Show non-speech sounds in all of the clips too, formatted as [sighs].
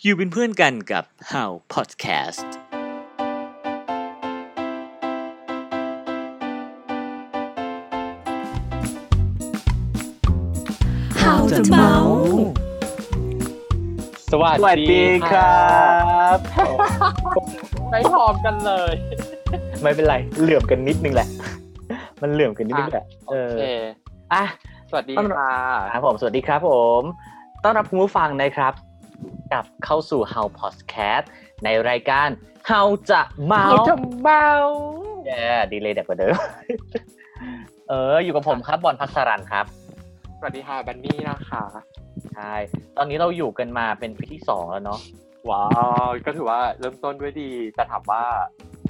อยู่เป็นเพื่อนกันกับ How Podcast เราจะเมา สวัส สวัสดีครับ ไม่พร้อมกันเลย ไม่เป็นไรเหลื่อมกันนิดนึงแหละ มันเหลื่อมกันนิดนึงแหละ โอ เออ เค อ่ะ สวัสดี ต้อนรับ ค่ะ ครับผมสวัสดีครับผม ต้อนรับคุณผู้ฟังนะครับกลับเข้าสู่ How Podcast ในรายการ How จะเมา เขาจะเบา แย่ดีเลยเด็กกว่าเดิมเออ อยู่กับผมครับบอลพักสรันครับ สวัสดีค่ะแบันนี่นะคะ ใช่ ตอนนี้เราอยู่กันมาเป็นปีที่สองแล้วเนาะ ว้าวก็ถือว่าเริ่มต้นด้วยดีแต่ถามว่า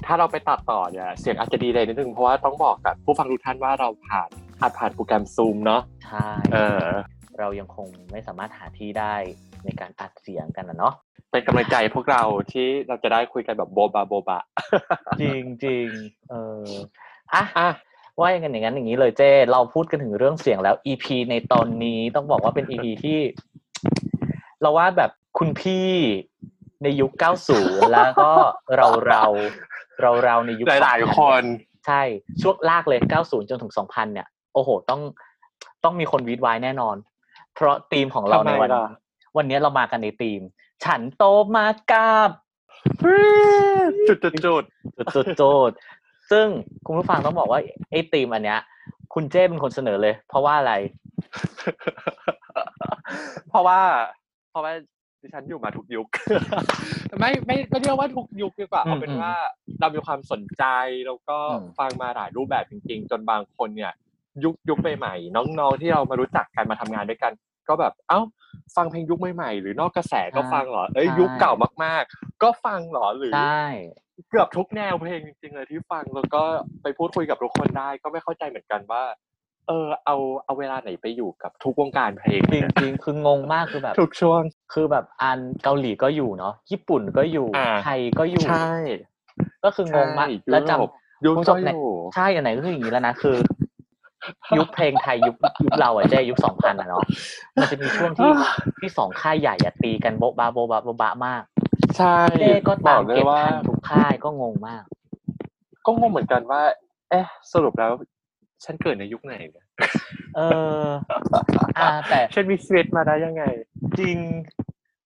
ถ้าเราไปตัดต่อเนี่ยเสียงอาจจะดีเลยนิดนึงเพราะว่าต้องบอกกับผู้ฟังทุกท่านว่าเราผ่านอาจผ่านโปรแกรมซูมเนาะ ใช่ เออ เรายังคงไม่สามารถหาที่ได้ในการอัดเสียงกันนะเนาะ เป็นกำลังใจพวกเราที่เราจะได้คุยกันแบบโบบาโบบะ จริงจริงเอออ่ะ อ่ะ ว่าอย่างนั้นอย่างนั้นอย่างนี้เลยเจ้ เราพูดกันถึงเรื่องเสียงแล้ว EP ในตอนนี้ต้องบอกว่าเป็น EP ที่ เราว่าแบบคุณพี่ในยุค 90 แล้วก็เราเราเราเราในยุค หลายๆคน ใช่ ช่วงลากเลย 90 จนถึง 2000 เนี่ย โอ้โห ต้องต้องมีคนวีดวายแน่นอน เพราะธีมของเราในวัน ทำไมล่ะ วันนี้เรามากันในธีม ฉันโตมากับ จุดจุดจุดๆ จุดจุดจุดซึ่งคุณผู้ฟังต้องบอกว่าไอ้ธีมอันเนี้ย คุณเจ้เป็นคนเสนอเลย เพราะว่าอะไร ๆ [laughs] เพราะว่า เพราะว่าดิฉันอยู่มาทุกยุค [laughs] ไม่ไม่ไม่เรียกว่าทุกยุคดีกว่า อืม เอาเป็นว่าเรามีความสนใจแล้วก็ อืม ฟังมาหลายรูปแบบจริง ๆ จนบางคนเนี่ย ยุคยุคใหม่ๆน้องๆที่เรามารู้จักกันมาทำงานด้วยกัน ก็แบบเอ้า ฟังเพลงยุคใหม่ๆหรือนอกกระแสก็ฟังเหรอเอ้ย ใช่ ยุคเก่ามากๆ ก็ฟังเหรอหรือ ใช่ เกือบทุกแนวเพลงจริงๆเลยที่ฟังแล้วก็ไปพูดคุยกับทุกคนได้ก็ไม่เข้าใจเหมือนกันว่า เออเอาเอาเวลาไหนไปอยู่กับทุกวงการเพลง จริง เนี่ย จริงคืองงมากคือแบบ ทุกช่วง คือแบบอันเกาหลีก็อยู่เนาะญี่ปุ่นก็อยู่ อ่า ไทยก็อยู่ ใช่ ก็คืองงมากแล้วจำ ยุค คุณผู้ช ก็ ม อ ใน ยู่ ใช่อันไหนก็คืออย่างนี้แล้วนะ [laughs] คือ ยุคเพลงไทยยุคยุคเราอะเจ้ยุคสองพันอะเนาะมันจะมีช่วง [sighs] ที่ที่สองค่ายใหญ่อะตีกันโบ๊ะบาโบ๊ะบาโบ๊ะบามาก ใช่ เจ้ก็ บ ตา อ ม กเล เก็ ย บ ว่า ทันทุกค่ายก็งงมาก ก็งงเหมือนกันว่า เอ๊ะสรุปแล้ว ฉันเกิดในยุคไหนเนี่ย เออ [laughs] อ่าแต่ ฉันมีสวิตมาได้ยังไง จริง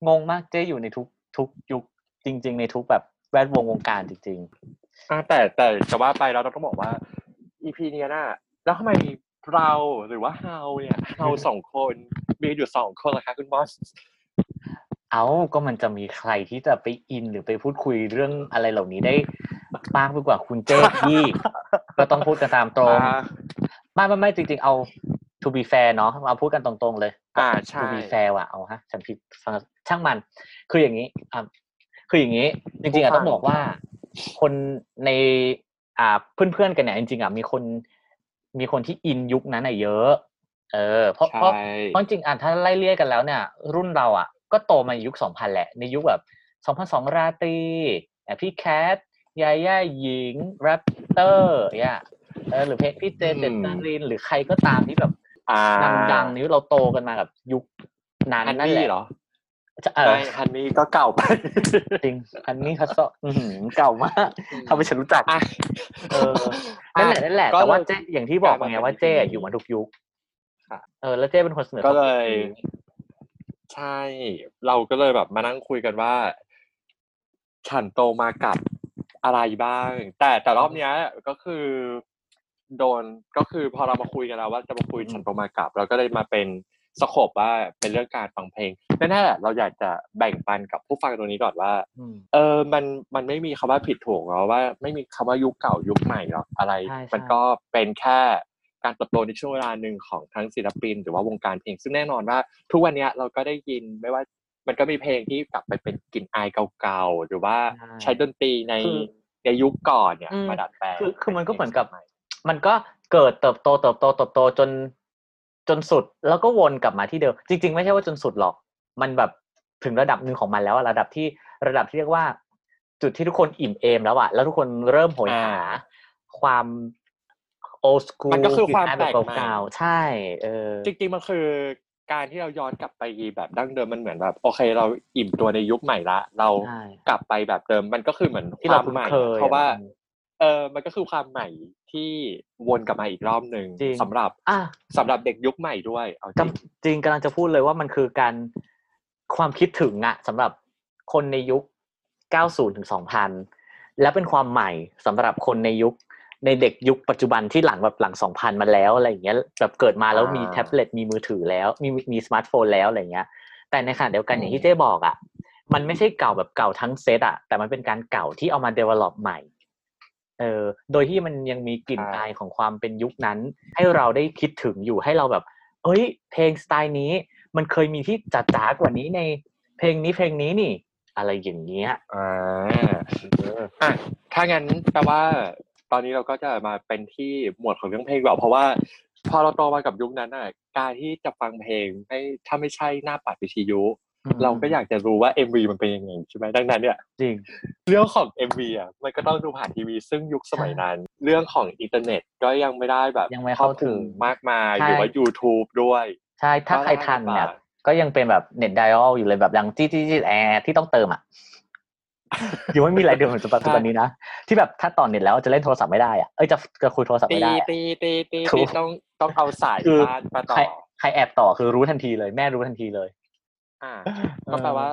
งงมากเจ๊อยู่ในทุกทุกยุคจริง ๆ ในทุกแบบแวดวงวงการจริง อ่าแต่แต่จะว่าไปแล้วเราต้องบอกว่า EP เนี้ยน่ะแล้วทำไมเราหรือว่าเฮาเนี่ยเฮา [laughs] สองคนมีอยู่สองคนล่ะคะคุณบอส ๆ เอ้าก็มันจะมีใครที่จะไปอินหรือไปพูดคุยเรื่องอะไรเหล่านี้ได้มากไปกว่าคุณเจ๊ที่ [laughs] ก็ต้องพูดกันตามตรง อ่า ไม่ไม่ไม่จริง ๆ เอา to be fair เนาะเอาพูดกันตรงๆเลย อ่า to ใช่ be fair ว่ะเอาฮะฉันผิดฟังช่างมัน คืออย่างนี้อ่ะคืออย่างนี้ จริงๆอ่ะ ผู้ฟัง ต้องบอกว่า คนในอ่าเพื่อนๆกันเนี่ยจริงๆอ่ะมีคนมีคนที่อินยุคนั้นอ่ะเยอะ เออเพราะเพราะ ใช่ เพราะจริงๆอ่ะถ้าไล่เลี่ยกันแล้วเนี่ย รุ่นเราอ่ะ ก็โตมาในยุคสองพันแหละ ในยุคแบบสองพันสองราตรีเนี่ยพี่แคทยาย่าหญิงแรปเตอร์เนี่ยเออหรือเพลงพี่เจเจตรินหรือใครก็ตามที่แบบ อ่า ดังๆนี่เราโตกันมากับยุคนั้น ฮัน นั่น นี่ แหละ เหรอ จะเออ ไม่ฮันนี่ก็เก่าไป จริงอันนี้ทัศน์อื้อหือเก่ามากทำให้ฉันรู้จัก อ่ะ เออ นั่นแหละนั่นแหละ ก็ แต่ว่า เลย เจ๊อย่างที่บอก กลายมา ไง เป็น ว่าเจ๊ ที่ อยู่มาทุกยุค ค่ะ เออแล้วเจ๊เป็นคนเสนอ ก็เลย ข้อคิดนี้ ใช่ เราก็เลยแบบมานั่งคุยกันว่า ฉันโตมากับอะไรบ้าง แต่แต่รอบเนี้ยก็คือ โดนก็คือพอเรามาคุยกันแล้วว่าจะมาคุย อืม ฉันโตมากับ เราก็เลยมาเป็นสโคบว่าเป็นเรื่องการฟังเพลงแน่ๆแหละเราอยากจะแบ่งปันกับผู้ฟังตรงนี้ก่อนว่า อืม เออ มัน มันไม่มีคำว่าผิดถูกหรอกว่าไม่มีคำว่ายุคเก่ายุคใหม่หรอกอะไร ใช่ใช่ มันก็เป็นแค่การเติบโตในช่วงเวลาหนึ่งของทั้งศิลปิน หรือว่าวงการเพลง ซึ่งแน่นอนว่า ทุกวันเนี้ยเราก็ได้ยินไม่ว่า มันก็มีเพลงที่กลับไปเป็นกลิ่นอายเก่าๆ หรือว่าใช้ดนตรีใน คือ ในยุคก่อนเนี่ย อืม มาดัดแปลง คือคือมันก็เหมือนกับ ใพลงสยใ มันก็เกิดเติบโตเติบโตเติบโตจนจนสุดแล้วก็วนกลับมาที่เดิม จริง ๆ ไม่ใช่ว่าจนสุดหรอก มันแบบถึงระดับหนึ่งของมันแล้วอะระดับที่ระดับที่เรียกว่า จุดที่ทุกคนอิ่มเอมแล้วอะแล้วทุกคนเริ่มโหยหา ความโอสกู มันก็คือความแปลกใหม่ เก่าๆใช่ เออ จริงๆมันคือ การที่เราย้อนกลับไปแบบดั้งเดิมมันเหมือนแบบ โอเคเราอิ่มตัวในยุคใหม่ละเรา ใช่ กลับไปแบบเดิมมันก็คือเหมือน ที่เรา วมใหม่ คุ้นเคย เพราะว่า อะไรอย่างเงี้ย เออมันก็คือความใหม่ที่วนกลับมาอีกรอบหนึ่ง จริง สำหรับ อ่ะ สำหรับเด็กยุคใหม่ด้วยเอาจริง กำจริงกำลังจะพูดเลยว่ามันคือการความคิดถึงอะสำหรับคนในยุค 90ถึง2000 และเป็นความใหม่สำหรับคนในยุคในเด็กยุคปัจจุบันที่หลังแบบหลัง 2000 มาแล้วอะไรอย่างเงี้ยแบบเกิดมาแล้ว อ่ามี มีแท็บเล็ตมีมือถือแล้ว มีมีสมาร์ทโฟนแล้วอะไรอย่างเงี้ย แต่ในขณะเดียวกันอย่างที่เจ้บอกอะมันไม่ใช่เก่าแบบเก่าทั้งเซตอะแต่มันเป็นการเก่าที่เอามา develop ใหม่ เออโดยที่มันยังมีกลิ่น ใช่ อายของความเป็นยุคนั้น ให้เราได้คิดถึงอยู่ให้เราแบบ เอ้ย เพลงสไตล์นี้ มันเคยมีที่จัดจ้ากว่านี้ในเพลงนี้เพลงนี้นี่ อะไรอย่างเงี้ย อ่าอ่ะถ้างั้นแปลว่าตอนนี้เราก็จะมาเป็นที่หมวดของเรื่องเพลงแบบเพราะว่า พอเราโตมากับยุคนั้นอ่ะการที่จะฟังเพลงไม่ถ้าไม่ใช่หน้าปัดวิทยุเราก็อยากจะรู้ว่า MV มันเป็นยังไงใช่ไหมดังนั้นเนี่ย จริง เรื่องของ MV อ่ะมันก็ต้องดูผ่านทีวี ซึ่งยุคสมัยนั้น เรื่องของอินเทอร์เน็ตก็ยังไม่ได้แบบ ยังไม่เข้าถึง ครอบคลุมมากมาย ใช่ หรือว่า YouTube ด้วย ใช่ ถ้าใครทันเนี่ย ก็ได้ก็ลำบากยังเป็นแบบเน็ตไดอลอยู่เลยแบบดังจี้จี้จี้แอร์ที่ต้องเติมอ่ะ [laughs] ยังไม่มีอะไรเดิมเหมือนปัจจุบันนี้นะ ที่แบบถ้าต่อเน็ตแล้วจะเล่นโทรศัพท์ไม่ได้อ่ะเอ้ยจะจะคุยโทรศัพท์ ตี ไม่ได้อะ ตีตีตี ถู ตี ก ต้องต้องเอาสาย คือ บ้านมาต่ ใคร อ ใครแอบต่อคือรู้ทันทีเลยแม่รู้ทันทีเลย อ่า ก็แปลว่า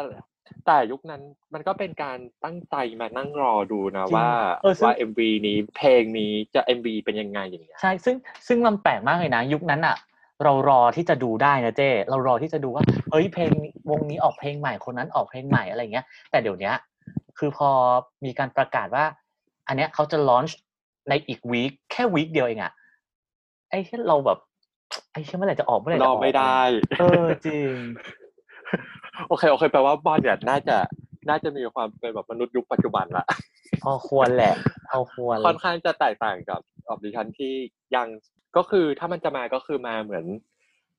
แต่ยุคนั้นมันก็เป็นการตั้งใจมานั่งรอดูนะ จริง ว่า เออซึ่ง ว่า MV นี้เพลงนี้จะ MV เป็นยังไงอย่างเงี้ย ใช่ ซึ่งซึ่งมันแปลกมากเลยนะ ยุคนั้นอ่ะ เรารอที่จะดูได้นะเจ้ เรารอที่จะดูว่า เฮ้ยเพลงวงนี้ออกเพลงใหม่คนนั้นออกเพลงใหม่อะไรเงี้ย แต่เดี๋ยวเนี้ย คือพอมีการประกาศว่า อันเนี้ยเขาจะลอนช์ในอีกวีคแค่วีคเดียวเองอ่ะไอ้ที่เราแบบไอ้ที่เมื่อไหร่จะออกเมื่อไหร่ ร จะ อ ออก ไม่ได้ เออจริง โอเคโอเคแปลว่าบอลเนี่ยน่าจะน่าจะมีความเป็นแบบมนุษย์ยุคปัจจุบันละ พอควรแหละพอควร ค่อนข้างจะแตกต่างกับออดิชันที่ยังก็คือถ้ามันจะมาก็คือมาเหมือน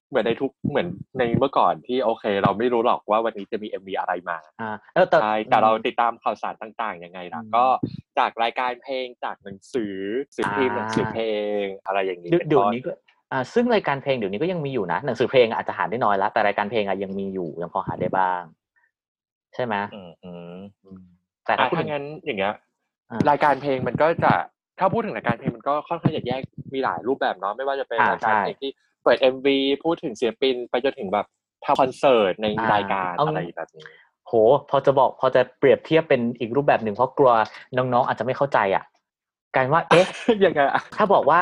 เหมือนในทุกเหมือนในเมื่อก่อนที่โอเค เราไม่รู้หรอกว่าวันนี้จะมี MV อะไรมา อ่าแล้วแต่ ใช่แต่เราติดตามข่าวสารต่างๆยังไงล่ะ อืม ก็จากรายการเพลงจากหนังสือสื่อพิมพ์ อ่า หนังสือเพลงอะไรอย่างนี้ เดี๋ยว เป็น เดี๋ยว ต้น นี้ก็อ่าซึ่งรายการเพลงเดี๋ยวนี้ก็ยังมีอยู่นะ หนังสือเพลงอาจจะหาได้น้อยแล้ว แต่รายการเพลงอะยังมีอยู่ยังพอหาได้บ้าง ใช่ไหม อืมอืม แต่ อ่ะ ถ้าพูด ถ้า ถึง งั้นอย่างเงี้ย อ่าร ายการเพลงมันก็จะถ้าพูดถึงรายการเพลงมันก็ค่อนข้างจะแยกมีหลายรูปแบบเนาะไม่ว่าจะเป็อ่ารนายการ ใช่ เพลงที่เปิด MV พูดถึงศิลปินไปจนถึงแบบทำคอนเสิร์ตในรายการอะไรแบบนี้ [laughs] โห พอจะบอกพอจะเปรียบเทียบเป็นอีกรูปแบบหนึ่งเพราะกลัวน้องๆ อาจจะไม่เข้าใจอ่ะกลารว่าเอ๊ะ ยังไงอะ ถ้าบอกว่า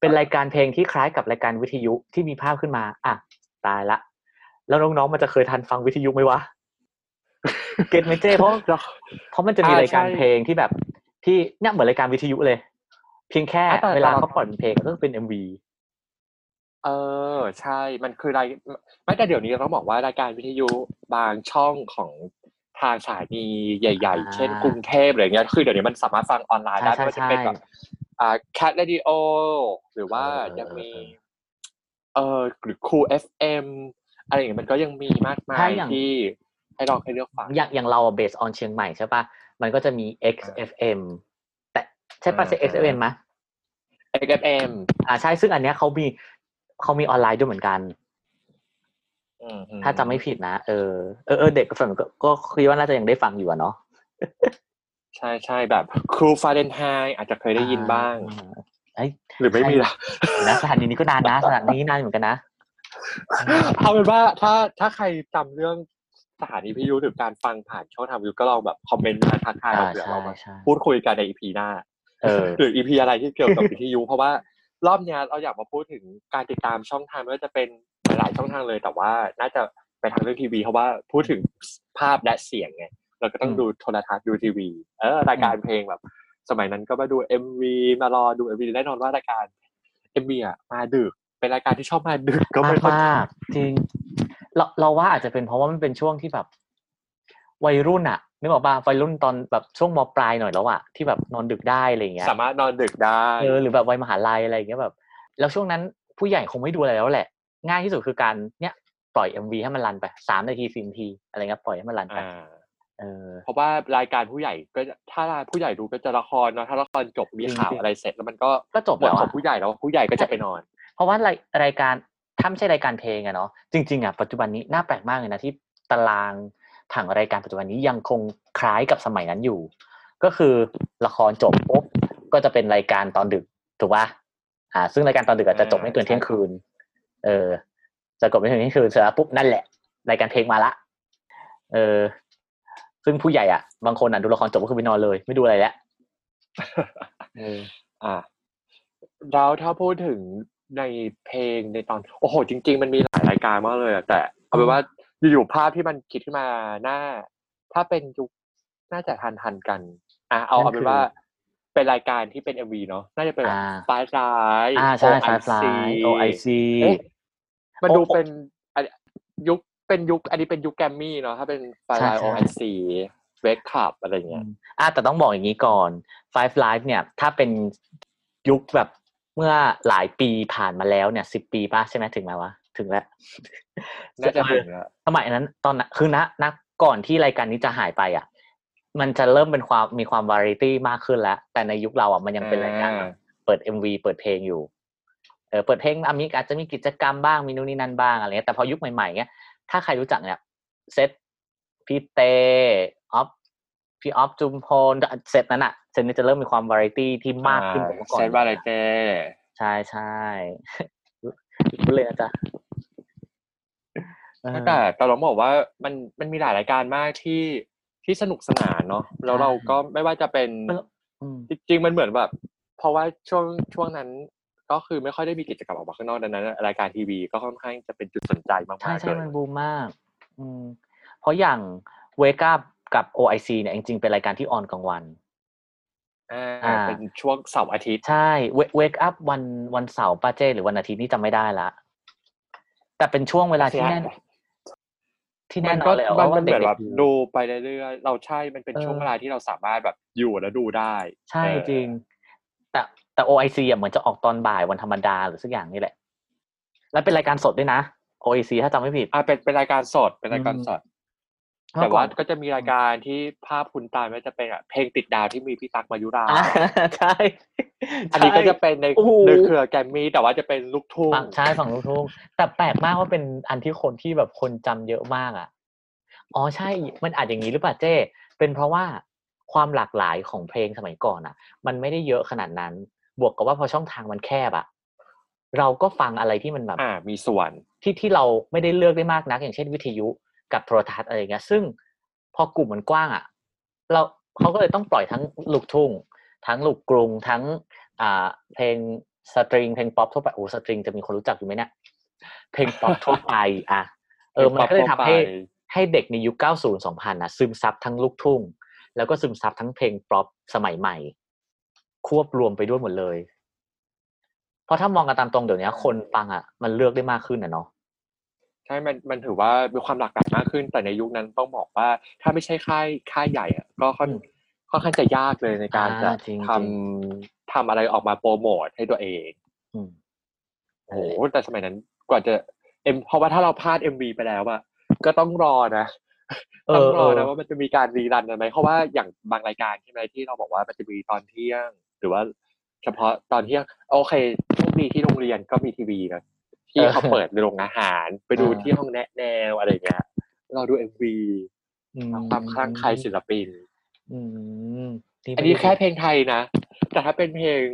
เป็นรายการเพลงที่คล้ายกับรายการวิทยุที่มีภาพขึ้นมา อ่ะตายละ แล้วน้องๆมันจะเคยทันฟังวิทยุไหมวะ เก็ตไหมเจ้เพราะ เพราะมันจะมีรายการเพลงที่แบบที่เนี่ยเหมือนรายการวิทยุเลย เพียงแค่เวลาเขาปล่อยเป็นเพลงก็ต้องเป็นเอ็มวี เออ ใช่ มันคือรายไม่แต่เดี๋ยวนี้เราบอกว่ารายการวิทยุบางช่องของทางสถานีใหญ่ ๆ เช่นกรุงเทพอะไรเงี้ย คือเดี๋ยวนี้มันสามารถฟังออนไลน์ ใช่ ได้ ใช่ ไม่ว่าจะ ใช่ เป็นแบบอ่าแคทเรดิโอหรือว่า เออเออ ยังมี เออ เออหรือคูเอฟเอ็มอะไรอย่างเงี้ยมันก็ยังมีมากมา ใช่ ย อย่าง ที่ให้เราให้เลือกฟัง อย่างอย่างเราเบสออนเชียงใหม่ใช่ปะมันก็จะมี XFM แต่ใช่ปะใช่ เออเออ XFM ไหมะ XFM อ่าใช่ซึ่งอันเนี้ยเขามีเขามีออนไลน์ด้วยเหมือนกัน อืม ถ้าจำไม่ผิดนะ เออเออเออเด็กฝั่งก็ก็คิดว่าน่าจะยังได้ฟังอยู่อะเนาะ ใช่ใช่แบบครูฟาเดนไฮอาจจะเคยได้ยินบ้าง อ่า หรือไม่มีละ นะสถานีนี้ก็นานนะสถานีนี้นานเหมือนกันนะ [laughs] เอาเป็นว่าถ้าถ้าใครจำเรื่องสถานีพิทยุหรือการฟังผ่านช่องทางวิทยุก็ลองแบบคอมเมนต์มาทักทายเราเผื่อเรามา ใช่ใช่ พูดคุยกันในอีพีหน้า เออ หรืออีพีอะไรที่เกี่ยวกับวิทยุ เพราะว่ารอบเนี้ยเราอยากมาพูดถึงการติดตามช่องทางไม่ว่าจะเป็นหลายๆช่องทางเลย แต่ว่าน่าจะไปทางเรื่องทีวี เพราะว่าพูดถึงภาพและเสียงไงเราก็ต้อง อืม ดูโทรทัศน์ดูทีวีเออรายการเพลงแบบ สมัยนั้นก็มาดูเอ็มวีมารอดูเอ็มวีแน่นอนว่ารายการเอ็มวีอ่ะมาดึกเป็นรายการที่ชอบมาดึกก็ มา ไม่ ก เข้าใจ มากจริง เราเราว่าอาจจะเป็นเพราะว่ามันเป็นช่วงที่แบบ วัยรุ่นอะนึกออกป่ะวัยรุ่นตอนแบบช่วงมปลายหน่อยแล้วอะที่แบบนอนดึกได้อะไรอย่างเงี้ย สามารถนอนดึกได้ เออหรือแบบวัยมหาลัยอะไรอย่างเงี้ยแบบ แล้วช่วงนั้นผู้ใหญ่คงไม่ดูอะไรแล้วแหละ ง่ายที่สุดคือการเนี่ยปล่อยเอ็มวีให้มันรันไปสามนาทีสี่นาทีอะไรเงี้ยปล่อยให้มันรันไป อ่า เออ เพราะว่ารายการผู้ใหญ่ก็จะถ้าผู้ใหญ่ดูก็จะละครเนาะถ้าละครจบมีข่าว จริงๆ อะไรเสร็จแล้วมันก็ ก็จบ หมด แล้ว ขอ อะ งผู้ใหญ่แล้วผู้ใหญ่ก็จะไปนอน เพราะว่ารายรายการ ถ้าไม่ใช่รายการเพลงอะเนาะจริงๆอะปัจจุบันนี้น่าแปลกมากเลยนะที่ตารางผังรายการปัจจุบันนี้ยังคงคล้ายกับสมัยนั้นอยู่ ก็คือละครจบปุ๊บก็จะเป็นรายการตอนดึกถูกปะอ่า ซึ่งรายการตอนดึกอาจจะจบไม่เกินเที่ยงคืน เออ จะจบไม่เกินเที่ยงคืนเสร็จแล้วปุ๊บนั่นแหละรายการเพลงมาละ เออ ซึ่งผู้ใหญ่อ่ะ บางคนอ่ะดูละครจบก็คือไปนอนเลย ไม่ดูอะไรแล้วเออ อ่ะแล้วถ้าพูดถึงในเพลงในตอน โอ้โห จริง ๆ มันมีหลายรายการมากเลยอะแต่เอาเป็นว่าอยู่ๆภาพที่มันคิดขึ้นมาหน้า ถ้าเป็นยุคน่าจะทันทันๆกัน อ่ะเอา นั่นคือ เอาเป็นว่าเป็นรายการที่เป็นเอวีเนาะน่าจะเป็นแบบ อ่า ฟ้าร้าย อ่าใช่ โอ สา ไอย สา ซี ยโอไอซี เอ๊ะมันดู โอ้ เป็นอันยุคเป็นยุค อันนี้เป็นยุคแกรมมี่เนาะถ้าเป็นฟ้าร้าย ใช่ โอ ใช่ ไอซีเวกคับอะไรอย่างเงี้ย อ่าแต่ต้องบอกอย่างนี้ก่อน Five Live เนี่ย ถ้าเป็นยุคแบบเมื่อหลายปีผ่านมาแล้วเนี่ยสิบปีป่ะใช่ไหมถึงไหมวะ ถึงแล้ว น่าจะถึงแล้ว สมัยนั้นตอนนั้นคือณณก่อนที่รายการนี้จะหายไปอ่ะ มันจะเริ่มเป็นความมีความวาไรตี้มากขึ้นแล้ว แต่ในยุคเราอ่ะมันยังเป็นรายการแบบ เปิด MV เปิดเพลงอยู่ เออเปิดเพลงอามิกอาจจะมีกิจกรรมบ้างมีนู่นนี่นั่นบ้างอะไรเงี้ยแต่พอยุคใหม่ๆเงี้ยถ้าใครรู้จักเนี่ยเซตพี่เตออฟพี่ออฟจุมพลเซตนั้นอะเซตนี้จะเริ่มมีความวาไรตี้ที่มากขึ้นกว่าเมื่อก่อน เซนบาเลเต้ ใช่ใช่ [laughs] รู้รู้เลยนะจ๊ะเออ แต่แต่เราบอกว่ามันมันมีหลายรายการมากที่ที่สนุกสนานเนาะแล้ว ใช่ เราก็ไม่ว่าจะเป็น เออ อืม จริงๆมันเหมือนแบบ เพราะว่าช่วงช่วงนั้นก็คือไม่ค่อยได้มีกิจกรรมออกมาข้างนอกดังนั้นรายการทีวีก็ค่อนข้างจะเป็นจุดสนใจมาก ใช่ ๆ ใช่ เลย มันบูมมาก อืม เพราะอย่างเวก้ากับ OIC เนี่ยจริงๆเป็นรายการที่ออนกลางวัน อ่า อ่า เป็นช่วงเสาร์อาทิตย์ ใช่ เวกอัพวันวันเสาร์ป้าเจหรือวันอาทิตย์นี่จำไม่ได้ละ แต่เป็นช่วงเวลาที่แน่นที่แน่ มัน นอ ก็ นเลยอะ มัน ว่า มันเหมือนแบบ ด็กๆ ดูไปเรื่อยๆเราใช่มันเป็น เออ ช่วงเวลาที่เราสามารถแบบอยู่แล้วดูได้ ใช่ เออ จริง แต่แต่ OIC อ่ะเหมือนจะออกตอนบ่ายวันธรรมดาหรือสักอย่างนี่แหละ แล้วเป็นรายการสดด้วยนะ OIC ถ้าจำไม่ผิด อ่าเป็นเป็นรายการสดเป็นรายการ อืม สด แต่ เมื่อก่ ว่า อน ก็จะมีรายการที่ภาพคุณตาไม่จะเป็นอะเพลงติดดาวที่มีพี่ตั๊กมายุรา อ่า [laughs] ใช่ อันนี้ก็ ใช่ จะเป็นใน โอ้โห ในเครือแกรมมี่แต่ว่าจะเป็นลูกทุ่ง ฝั่งใช่ฝั่งลูกทุ่งแต่แปลกมากว่าเป็นอันที่คนที่แบบคนจำเยอะมากอ่ะอ๋อใช่ มันอาจอย่างนี้หรือเปล่าเจ้ เป็นเพราะว่าความหลากหลายของเพลงสมัยก่อนอ่ะ มันไม่ได้เยอะขนาดนั้น บวกกับว่าพอช่องทางมันแคบอ่ะเราก็ฟังอะไรที่มันแบบ อ่ามีส่วน ที่ที่เราไม่ได้เลือกได้มากนัก อย่างเช่นวิทยุกับโทรทัศน์อะไรอย่างเงี้ย ซึ่งพอกลุ่มมันกว้างอ่ะ เราเขาก็เลยต้องปล่อยทั้งลูกทุ่ง ทั้งลูกกรุงทั้งอ่าเพลงสตริงเพลงป๊อปทั่วไปโอ้สตริงจะมีคนรู้จักอยู่ไหมเนี่ยเพลงป๊อปทั่วไป [laughs] อ่ะเออ เพล มั ง น ป๊อป ก็เลยทำให้ ทั่วไป ให้เด็กในยุค 90 2000นะซึมซับทั้งลูกทุ่ง แล้วก็ซึมซับทั้งเพลงป๊อปสมัยใหม่ ควบรวมไปด้วยหมดเลย เพราะถ้ามองกันตามตรงเดี๋ยวนี้คนฟังอ่ะมันเลือกได้มากขึ้นนะเนาะ ใช่มันมันถือว่ามีความหลากหลายมากขึ้น แต่ในยุคนั้นต้องบอกว่า ถ้าไม่ใช่ค่ายค่ายใหญ่อะก็ค่อน อืม ค่อนข้างจะยากเลยในการ อ่า จะ จริง ทำ จริ ทำอะไรออกมาโปรโมทให้ตัวเอง อืม โอ้โหแต่สมัยนั้นกว่าจะเอ็มเพราะว่าถ้าเราพลาดเอ็มบีไปแล้วอะก็ต้องรอนะ เอ ต้อ อง รอนะ เออ ว่ามันจะมีการรีรันกันไหมเพราะว่าอย่างบางรายการใช่ไหมที่เราบอกว่ามันจะมีตอนเที่ยง หรือว่าเฉพาะตอนเที่ยงโอเคโชคดีที่โรงเรียนก็มีทีวีนะที่ เออ เขาเปิดในโรงอาหาร ไปดู เออ ที่ห้องแนะแนวอะไรเงี้ยเราดูเอ็มวี อื ความคลั่งไคล้ศิลปิน อืม อันนี้แค่เพลงไทยนะ แต่ถ้าเป็นเพลง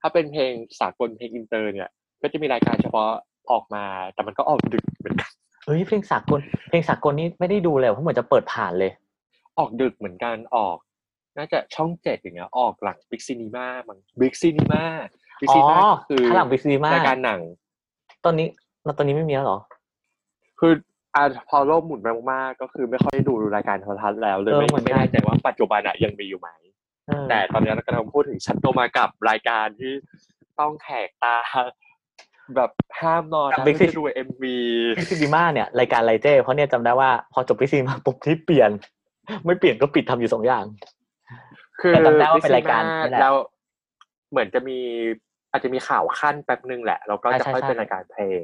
ถ้าเป็นเพลงสากลเพลงอินเตอร์เนี่ย ก็จะมีรายการเฉพาะออกมา แต่มันก็ออกดึกเหมือนกัน เฮ้ยเพลงสากลเพลงสากลนี่ไม่ได้ดูเลยเพราะเหมือนจะเปิดผ่านเลย ออกดึกเหมือนกันออก น่าจะช่องเจ็ดอย่างเงี้ยออกหลังบิ๊กซีนีมามั้งบิ๊กซีนีมาบิ๊ก อ๋ ซี อ นีมาคือ ข้างหลังบิ๊กซีมาร ายการหนัง ตอนนี้ตอนนี้ไม่มีแล้วเหรอ คืออ่าพอโลกหมุนไปมากๆก็คือไม่ค่อยได้ดูรายการโทรทัศน์แล้วเลย เออ ไม่ เหมือนกัน ไม่แน่ใจว่าปัจจุบันอะยังมีอยู่ไหม เออ แต่ตอนนี้เรากำลังพูดถึงชั้นโตมากับรายการที่ต้องแขกตา แบบห้ามนอนนะเพื่อจะดูเอ็มวี บิ๊กซีมาเนี่ยรายการไรเจ้เพราะเนี่ยจำได้ว่าพอจบบิ๊กซีมาปุ๊บที่เปลี่ยน [laughs] ไม่เปลี่ยนก็ปิดทำอยู่สองอย่าง คือ แต่จำได้ว่าเป็นรายการนี่แหละ แล้ว เหมือนจะมีอาจจะมีข่าวขั้นแป๊บนึงแหละแล้วก็ ใช่ จะ ใช่ ค่อยเป็น ใช่ รายการเพลง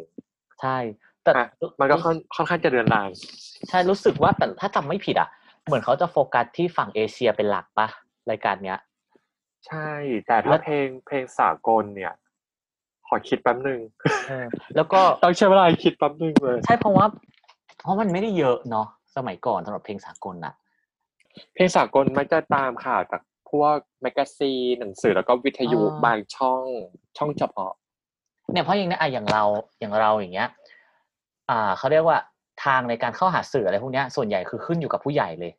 ใช่ แต่ อ่ะ มันก็ค่อนค่อนข้างจะเดือนราง ใช่รู้สึกว่าแต่ถ้าจำไม่ผิดอ่ะ เหมือนเขาจะโฟกัสที่ฝั่งเอเชียเป็นหลักปะรายการเนี้ย ใช่ แต่ แล้ ถ้าว เพลงเพลงสากลเนี่ย ขอคิดแป๊บหนึ่ง เออแล้วก็ ต้องใช้เวลาคิดแป๊บหนึ่งเลย ใช่เพราะว่า เพราะมันไม่ได้เยอะเนาะสมัยก่อนสำหรับเพลงสากลน่ะ เพลงสากลมักจะตามข่าวจากพวกแมกกาซีนหนังสือแล้วก็วิทยุ อ๋อ บางช่องช่องเฉพาะ เนี่ยเพราะอย่างเนี้ยอ่ะอย่างเราอย่างเราอย่างเงี้ย อ่าเขาเรียกว่าทางในการเข้าหาสื่ออะไรพวกเนี้ยส่วนใหญ่คือขึ้นอยู่กับผู้ใหญ่เลย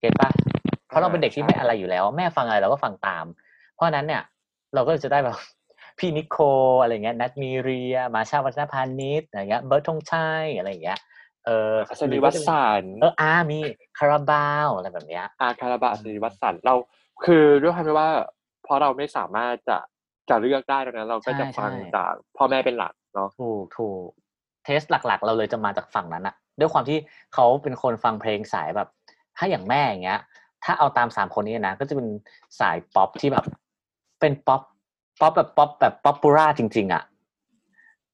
เก็ตปะเพราะเราเป็นเด็กที่ไม่อะไรอยู่แล้ว แม่ฟังอะไรเราก็ฟังตาม เพราะฉะนั้นเนี่ย เราก็จะได้แบบ [laughs] พี่นิโคอะไรเงี้ยนัทมีเรีย มาชาวัฒนพานิชอะไรเงี้ยเบิร์ดธงชัยอะไรอย่างเงี้ยเออ อัศนีวัสันต์ เอออามีคาราบาวอะไรแบบเนี้ย อาคาราบาอัศนีวัสันต์เราคือด้วยความที่ว่าเพราะเราไม่สามารถจะจะเลือกได้ดังนั้นเราก็ ใช่ จะฟัง ใช่ จากพ่อแม่เป็นหลักเนาะ ถูกถูกเทสหลักๆ เราเลยจะมาจากฝั่งนั้นอะด้วยความที่เขาเป็นคนฟังเพลงสายแบบ ถ้าอย่างแม่อย่างเงี้ย ถ้าเอาตามสามคนนี้นะ ก็จะเป็นสายป๊อปที่แบบ เป็นป๊อปป๊อปแบบป๊อปแบบป๊อปปูล่าจริง ๆอะ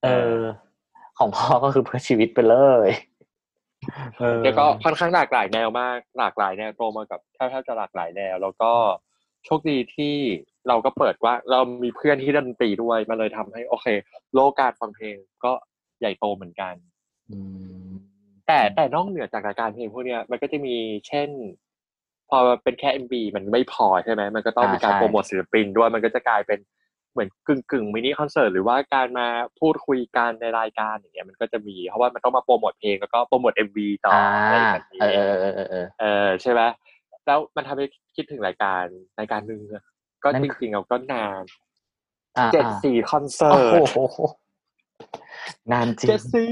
เออ ของพ่อก็คือเพื่อชีวิตไปเลยเออ แล้วก็ค่อนข้างหลากหลายแนวมากหลากหลายแนวโตมากับแทบๆจะหลากหลายแนว แล้วก็โชคดีที่เราก็เปิดว่าเรามีเพื่อนที่ดนตรีด้วยมันเลยทำให้โอเค โลกการฟังเพลงก็ใหญ่โตเหมือนกัน อืม แต่แต่นอกเหนือจากรายการเพลงพวกเนี้ยมันก็จะมีเช่น พอเป็นแค่ MB มันไม่พอใช่ไหมมันก็ต้อง อ่ามี มีการ ใช่ โปรโมทศิลปินด้วยมันก็จะกลายเป็นเหมือนกึ่งกึ่งมินิคอนเสิร์ตหรือว่าการมาพูดคุยกันในรายการอย่างเงี้ยมันก็จะมี เพราะว่ามันต้องมาโปรโมทเพลงแล้วก็โปรโมท MV ต่อ อ่า อะไรแบบนี้ เออเออเออเออเออ เออใช่ไหมแล้วมันทำให้คิดถึงรายการรายการหนึ่งอะก็ นั่น จริงๆเราก็นาน อ่า เจ็ด อ่า สี่คอนเสิ โอ้ ร์ต โหนานจริ เจ็ ง ดสี่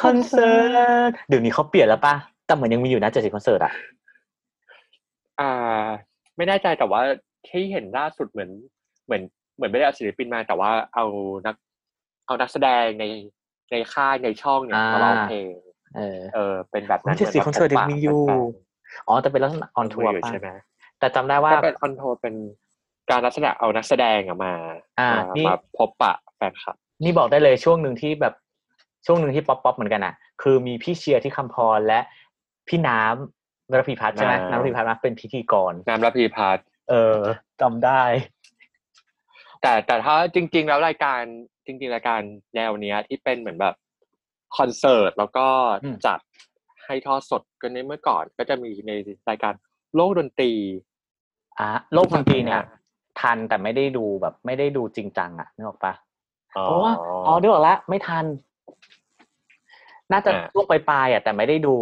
คอนเสิร์ตเดี๋ยวนี้เขาเปลี่ยนแล้วป่ะ แต่เหมือนยังมีอยู่นะเจ็ดสิบคอนเสิร์ตอ่ะ อ่า ไม่แน่ใจแต่ว่าที่เห็นล่าสุดเหมือน เหมือนเหมือนไม่ได้เอาศิลปินมา แต่ว่าเอานัก เอานักแสดงในในค่ายในช่องเนี่ย อ่าม มาร้องเพลง เออ เออเป็นแบบนั้น เจ็ดสิบคอนเสิร์ตยังมีอยู่ อ๋อ แต่เป็นลักษณะอ ค อ อน นทั ทั ว ว ร์ ร์ อยู่ ป่ะ ใช่ไหม แต่จำได้ว่า ถ้าเป็นคอนทัวร์เป็นการลักษณะเอานักแสดงอะมา อ่า มา นี่ มาพบปะแฟนคลับ นี่บอกได้เลยช่วงหนึ่งที่แบบช่วงหนึ่งที่ป๊อปป๊อปเหมือนกันอ่ะ คือมีพี่เชียร์ที่คำพรและพี่น้ำนรพีพัฒน์ใช่ไหมน้ำนรพีพัฒน์นะเป็นพิธีกร นามระพีพัฒน์ เออจำได้ แต่แต่ถ้าจริง ๆ แล้วรายการจริง ๆ รายการแนวเนี้ย ที่เป็นเหมือนแบบคอนเสิร์ตแล้วก็ อืม จัดให้ทอดสดกันในเมื่อก่อน ก็จะมีในรายการโลกดนตรี อ่ะโลกดนตรีเนี่ย ทันแต่ไม่ได้ดูแบบไม่ได้ดูจริงจังอ่ะนึกออกปะ เพราะว่าอ๋อเดี๋ยวออกละไม่ทัน น่าจะ อ่า ช่วงปลายๆอ่ะแต่ไม่ได้ดู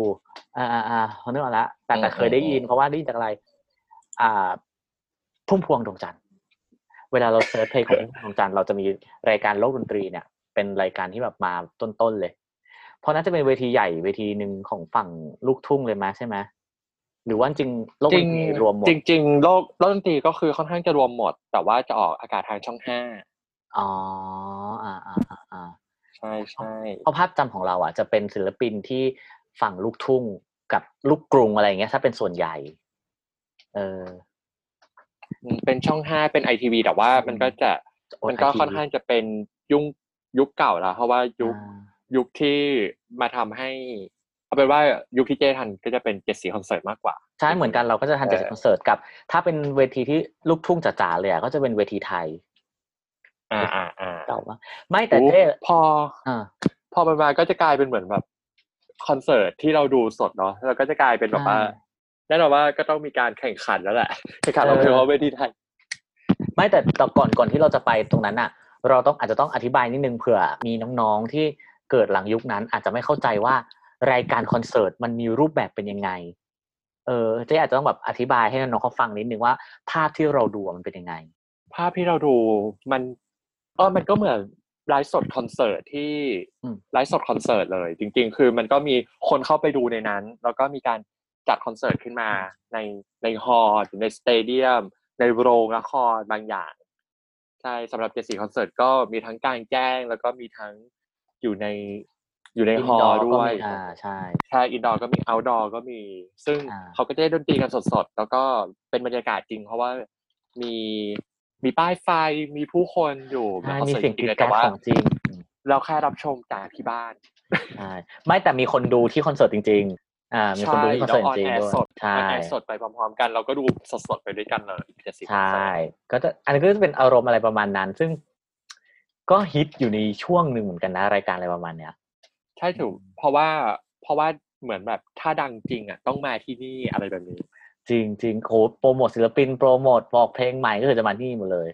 อ่าอ่าอ่าเขาเนื้ออกละแต่แต่ อืม เคยได้ยิน อืม เพราะว่าได้ยินจากอะไร อ่า พุ่มพวงดวงจันทร์เวลาเราเซิร์ชเพลงของพุ่มพวงดวงจันทร์เราจะมีรายการโลกดนตรีเนี่ย เป็นรายการที่แบบมาต้นๆเลย เพราะน่าจะเป็นเวทีใหญ่เวทีหนึ่งของฝั่งลูกทุ่งเลยมั้ยใช่ไหมหรือว่าจริงๆโลกดจริ น ง ตรีรวมหมด จริง ๆ โลกโลกดนตรีก็คือค่อนข้างจะรวมหมด แต่ว่าจะออกอากาศทางช่องห้า อ๋ออ่าอ่าอ่าอ่า ใช่ใช่ เพราะภาพจำของเราอ่ะจะเป็นศิลปินที่ฝั่งลูกทุ่งกับลูกกรุงอะไรอย่างเงี้ย ถ้าเป็นส่วนใหญ่ เออ อืมเป็นช่องห้าเป็นไอทีวีแต่ว่ามันก็จะ โอน มันก็ ITV ค่อนข้างจะเป็นยุ่งยุคเก่าแล้วเพราะว่ายุค อ่า ยุคที่มาทำให้เอาเป็นว่ายุคที่เจทันก็จะเป็นเจ็ดสีคอนเสิร์ตมากกว่า ใช่เหมือนกันเราก็จะทัน เออ จัดคอนเสิร์ตกับ ถ้าเป็นเวทีที่ลูกทุ่งจ๋าๆเลยอ่ะก็จะเป็นเวทีไทย อ่าอ่าอ่า เก่ามากไม่แต่เท่ โอ้พอ อ่า พอมันมาก็จะกลายเป็นเหมือนแบบคอนเสิร์ตที่เราดูสดเนาะแล้วก็จะกลายเป็นแบบว่า ใช่ แน่นอนว่าก็ต้องมีการแข่งขันแล้วแหละ [laughs] แข่งขัน เออ เราเพลงเอาเวทีไทย ไม่แต่แต่ก่อนก่อนที่เราจะไปตรงนั้นอ่ะ เราต้องอาจจะต้องอธิบายนิดนึงเผื่อมีน้องๆที่เกิดหลังยุคนั้น อาจจะไม่เข้าใจว่ารายการคอนเสิร์ตมันมีรูปแบบเป็นยังไง เออเจ๊อาจจะต้องแบบอธิบายให้น้องๆเขาฟังนิดนึงว่า ภาพที่เราดูอะมันเป็นยังไง ภาพที่เราดูมันเออมันก็เหมือนไลฟ์สดคอนเสิร์ตที่ อืม ไลฟ์สดคอนเสิร์ตเลย จริง ๆ คือมันก็มีคนเข้าไปดูในนั้น แล้วก็มีการจัดคอนเสิร์ตขึ้นมาในในฮอลล์หรือในสเตเดียม ในโรงละครบางอย่างใช่สำหรับเจสีคอนเสิร์ตก็มีทั้งกลางแจ้ง แล้วก็มีทั้งอยู่ในอยู่ในฮอล Indoor ล์ ก็มี ด้วย อ่าใช่ ใช่อินดอร์ก็มีเอาดอร์ก็มี ซึ่ง อ่า เขาก็จะได้ดนตรีกันสดๆ แล้วก็เป็นบรรยากาศจริง เพราะว่ามีมีป้ายไฟมีผู้คนอยู่ ใช่ คอน มี สิร์ต เสียงกรีดๆเลย กรา แต่ ร์ ว่า ดของจริง เราแค่รับชมจากที่บ้าน ใช่ไม่แต่มีคนดูที่คอนเสิร์ตจริง ๆ อ่า มีคนดูที่คอนเสิร์ตจริงๆด้วใช่ย แล้ว on air สด ใช่ มันแอร์สดไปพร้อมๆกัน เราก็ดูสดๆไปด้วยกันเลยเจ็ดสิบ ใช่ ก็จะอันนี้ก็จะเป็นอารมณ์อะไรประมาณนั้น ซึ่ง ก็ฮิตอยู่ในช่วงหนึ่งเหมือนกันนะรายการอะไรประมาณเนี้ย ใช่ถูกเพราะว่าเพราะว่าเหมือนแบบถ้าดังจริงอ่ะต้องมาที่นี่อะไรแบบนี้ จริงจริงโอ้โปรโมทศิลปินโปรโมทบอกเพลงใหม่ก็คือจะมาที่นี่หมดเลย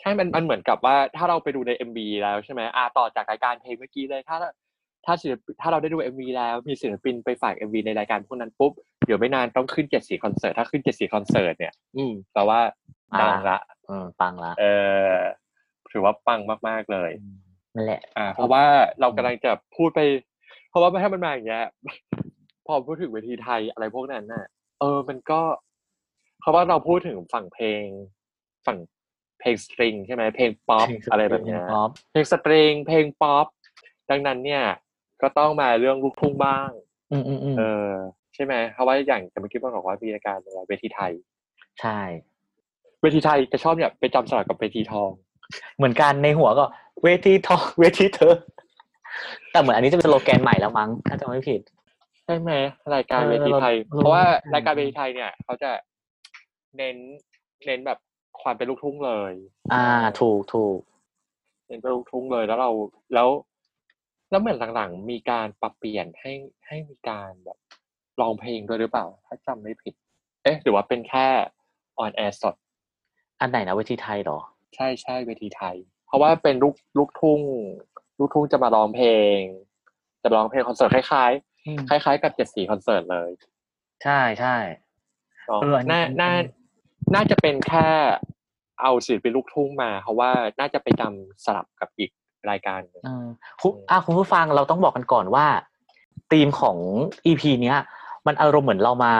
ใช่มันมันเหมือนกับว่าถ้าเราไปดูใน MV แล้วใช่ไหมอ่าต่อจากรายการเพลงเมื่อกี้เลย ถ้าถ้าศิลปถ้าเราได้ดู MV แล้วมีศิลปินไปฝาก MV ในรายการพวกนั้นปุ๊บเดี๋ยวไม่นานต้องขึ้นเจ็ดสีคอนเสิร์ตถ้าขึ้นเจ็ดสีคอนเสิร์ตเนี่ย อืมแปลว่าดังละ อืมปังละ เออถือว่าปังมากๆเลย นั่นแหละ อ่า เพราะว่าเรากำลังจะพูดไป เพราะว่าถ้ามันมาอย่างเงี้ย [laughs] พอพูดถึงเวทีไทยอะไรพวกนั้นน่ะ เออ มันก็ เพราะว่าเราพูดถึงฝั่งเพลง ฝั่งเพลงสตริงใช่ไหมเพลงป๊อปอะไรแบบเนี้ย ป๊อป เพลงสตริงเพลงป๊อปดังนั้นเนี่ย ก็ต้องมาเรื่องลูกทุ่งบ้าง อืมอืมอืม เออ ใช่ไหมเพราะว่าอย่างแต่เมื่อกี้เราบอกว่ามีรายการอะไรเวทีไทย ใช่ เวทีไทยจะชอบเนี่ยไปจำสลับกับเวทีทอง เหมือนกันในหัวก็ เวทีทองเวทีเธอ แต่เหมือนอันนี้จะเป็นสโลแกนใหม่แล้วมั้งถ้าจำไม่ผิด ใช่ไหมรายการ เออ เวทีไทย เรา เพราะว่า เรา รายการเวทีไทยเนี่ย เขาจะเน้นเน้นแบบความเป็นลูกทุ่งเลย อ่า ถูกถูก เน้นเป็นลูกทุ่งเลยแล้วเราแล้วแล้วเหมือนหลังๆมีการปรับเปลี่ยนให้ให้มีการแบบร้องเพลงด้วยหรือเปล่า ถ้าจำไม่ผิด เอ๊ะหรือว่าเป็นแค่ออนแอร์สด อันไหนนะเวทีไทยเหรอ ใช่ใช่เวทีไทย เพราะว่าเป็นลูกลูกทุ่ง ลูกทุ่งจะมาร้องเพลง จะมาร้องเพลงคอนเสิร์ตคล้ายๆคล้ายๆกับเจ็ดสีคอนเสิร์ตเลย ใช่ใช่ เนอะ เอออันนี้ น่า อันนี้ น่า อันนี้ น่าจะเป็นแค่เอาศิลปินลูกทุ่งมา เพราะว่าน่าจะไปจำสลับกับอีกรายการหนึ่ง เออคุณอ่ะคุณผู้ฟังเราต้องบอกกันก่อนว่าธีมของ EP เนี้ย มันอารมณ์เหมือนเรามา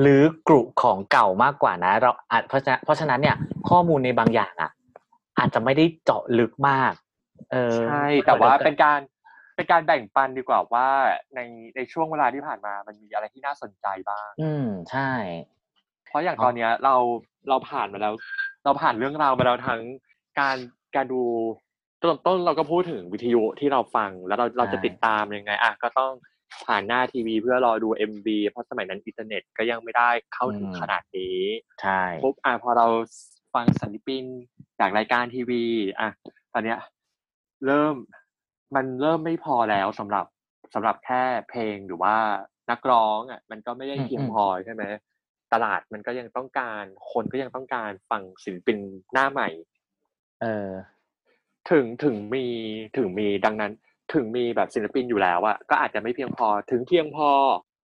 หรือกรุของเก่ามากกว่านะ เราอาจเพราะฉะนั้นเพราะฉะนั้นเนี่ย ข้อมูลในบางอย่างอ่ะ อาจจะไม่ได้เจาะลึกมาก เออ ใช่ แต่ว่าเป็นการเป็นการแบ่งปันดีกว่าว่าในในช่วงเวลาที่ผ่านมามันมีอะไรที่น่าสนใจบ้าง อืมใช่ เพราะอย่าง ครับ ตอนเนี้ยเราเราผ่านมาแล้ว เราผ่านเรื่องราวมาแล้วทั้งการการดูต้นต้นเราก็พูดถึงวิทยุที่เราฟังแล้วเราเราจะติดตามยังไงอ่ะก็ต้องผ่านหน้าทีวีเพื่อรอดู MV เพราะสมัยนั้นอินเทอร์เน็ตก็ยังไม่ได้เข้าถึงขนาดนี้ ใช่ ปุ๊บอ่ะพอเราฟังศิลปินจากรายการทีวีอ่ะตอนเนี้ยเริ่มมันเริ่มไม่พอแล้วสำหรับสำหรับแค่เพลงหรือว่านักร้องอ่ะมันก็ไม่ได้ อืม เพียง อืม พอใช่ไหม ตลาดมันก็ยังต้องการคนก็ยังต้องการฟังศิลปินหน้าใหม่ เออ ถึงถึงมีถึงมีดังนั้น ถึงมีแบบศิลปินอยู่แล้วอะก็อาจจะไม่เพียงพอถึงเพียงพอ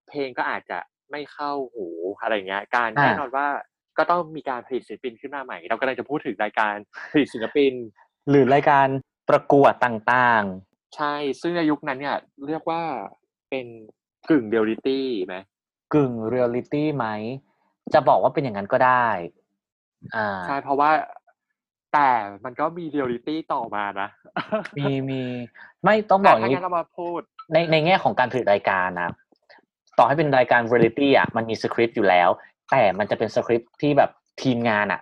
เพลงก็อาจจะไม่เข้าหูอะไรเงี้ย การ อ่า แน่นอนว่าก็ต้องมีการผลิตศิลปินขึ้นมาใหม่ เรากำลังจะพูดถึงรายการผลิตศิลปิน หรือรายการประกวดต่าง ใช่ ซึ่งในยุคนั้นเนี่ยเรียกว่าเป็นกึ่งเรียลลิตี้ไหม ๆ กึ่งเรียลลิตี้ไหม จะบอกว่าเป็นอย่างนั้นก็ได้ อ่า ใช่เพราะว่าแต่มันก็มีเรียลลิตี้ต่อมานะ มีมีไม่ต้องบอกอย่าง [laughs] นี้ นี้ นเรามาพูด ในในแง่ของการผลิตรายการนะต่อให้เป็นรายการเรียลิตี้อ่ะมันมีสคริปต์อยู่แล้ว แต่มันจะเป็นสคริปต์ที่แบบทีมงานอ่ะ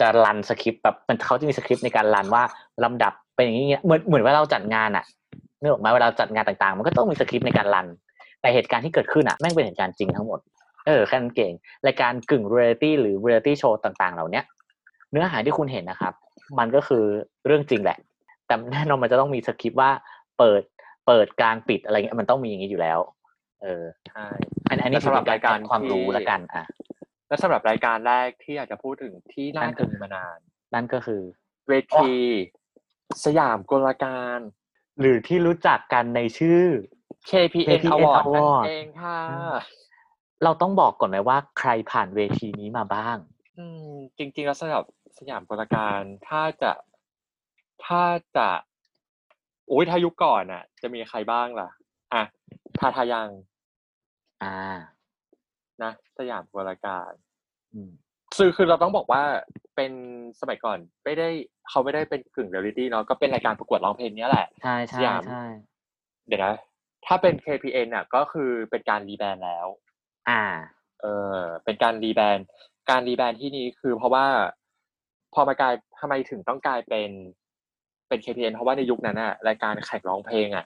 จะรันสคริปต์แบบมันเขาจะมีสคริปต์ในการรันว่าลำดับเป็นอย่างนี้อย่างนี้เหมือนเหมือนเว่าเราจัดงานอ่ะนึกออกไหมเวลาเราจัดงานต่างๆ มันก็ต้องมีสคริปต์ในการรัน แต่เหตุการณ์ที่เกิดขึ้นอ่ะแม่งเป็นเหตุการณ์จริงทั้งหมด เออแค่นั้นเก่งรายการกึ่งเรียลิตี้หรือเรียลิตี้โชว์ต่างๆ เหล่าเนี้ยเนื้อหาที่คุณเห็นนะครับ มันก็คือเรื่องจริงแหละ แต่แน่นอนมันจะต้องมีสคริปต์ว่าเปิดเปิดกลางปิดอะไรเงี้ยมันต้องมีอย่างนี้อยู่แล้ว เออ อันอันนี้ แล้วสำหรับ ถือเป็น รายการ แลกเปลี่ยนความรู้ ที่ ละกัน อ่ะ และสำหรับรายการแรกที่อยากจะพูดถึงที่น่า นั่นคื ทึ่ง อ มานาน นั่นก็คือ เวทีสยามกลการ หรือที่รู้จักกันในชื่อ KPN KPN Award นั่น Award เองค่ะ เราต้องบอกก่อนไหมว่าใครผ่านเวทีนี้มาบ้าง อืม จริง ๆ แล้วสำหรับสยามกลการถ้าจะถ้าจะโอ้ยถ้ายุคก่อนอ่ะ จะมีใครบ้างล่ะ อ่ะทาทายัง อ่า นะสยามกลการ อืม คือคือเราต้องบอกว่าเป็นสมัยก่อนไม่ได้เขาไม่ได้เป็นกึ่งเรียลลิตี้เนาะก็เป็นรายการประกวดร้องเพลงเนี้ยแหละ ใช่ใช่ สยาม ใช่ เดี๋ยวนะ ถ้าเป็น KPN น่ะก็คือเป็นการรีแบรนด์แล้ว อ่า เออเป็นการรีแบรนด์ การรีแบรนด์ที่นี้คือเพราะว่าพอมากลายทำไมถึงต้องกลายเป็นเป็น KPN เพราะว่าในยุคนั้นอะรายการแข่งร้องเพลงอะ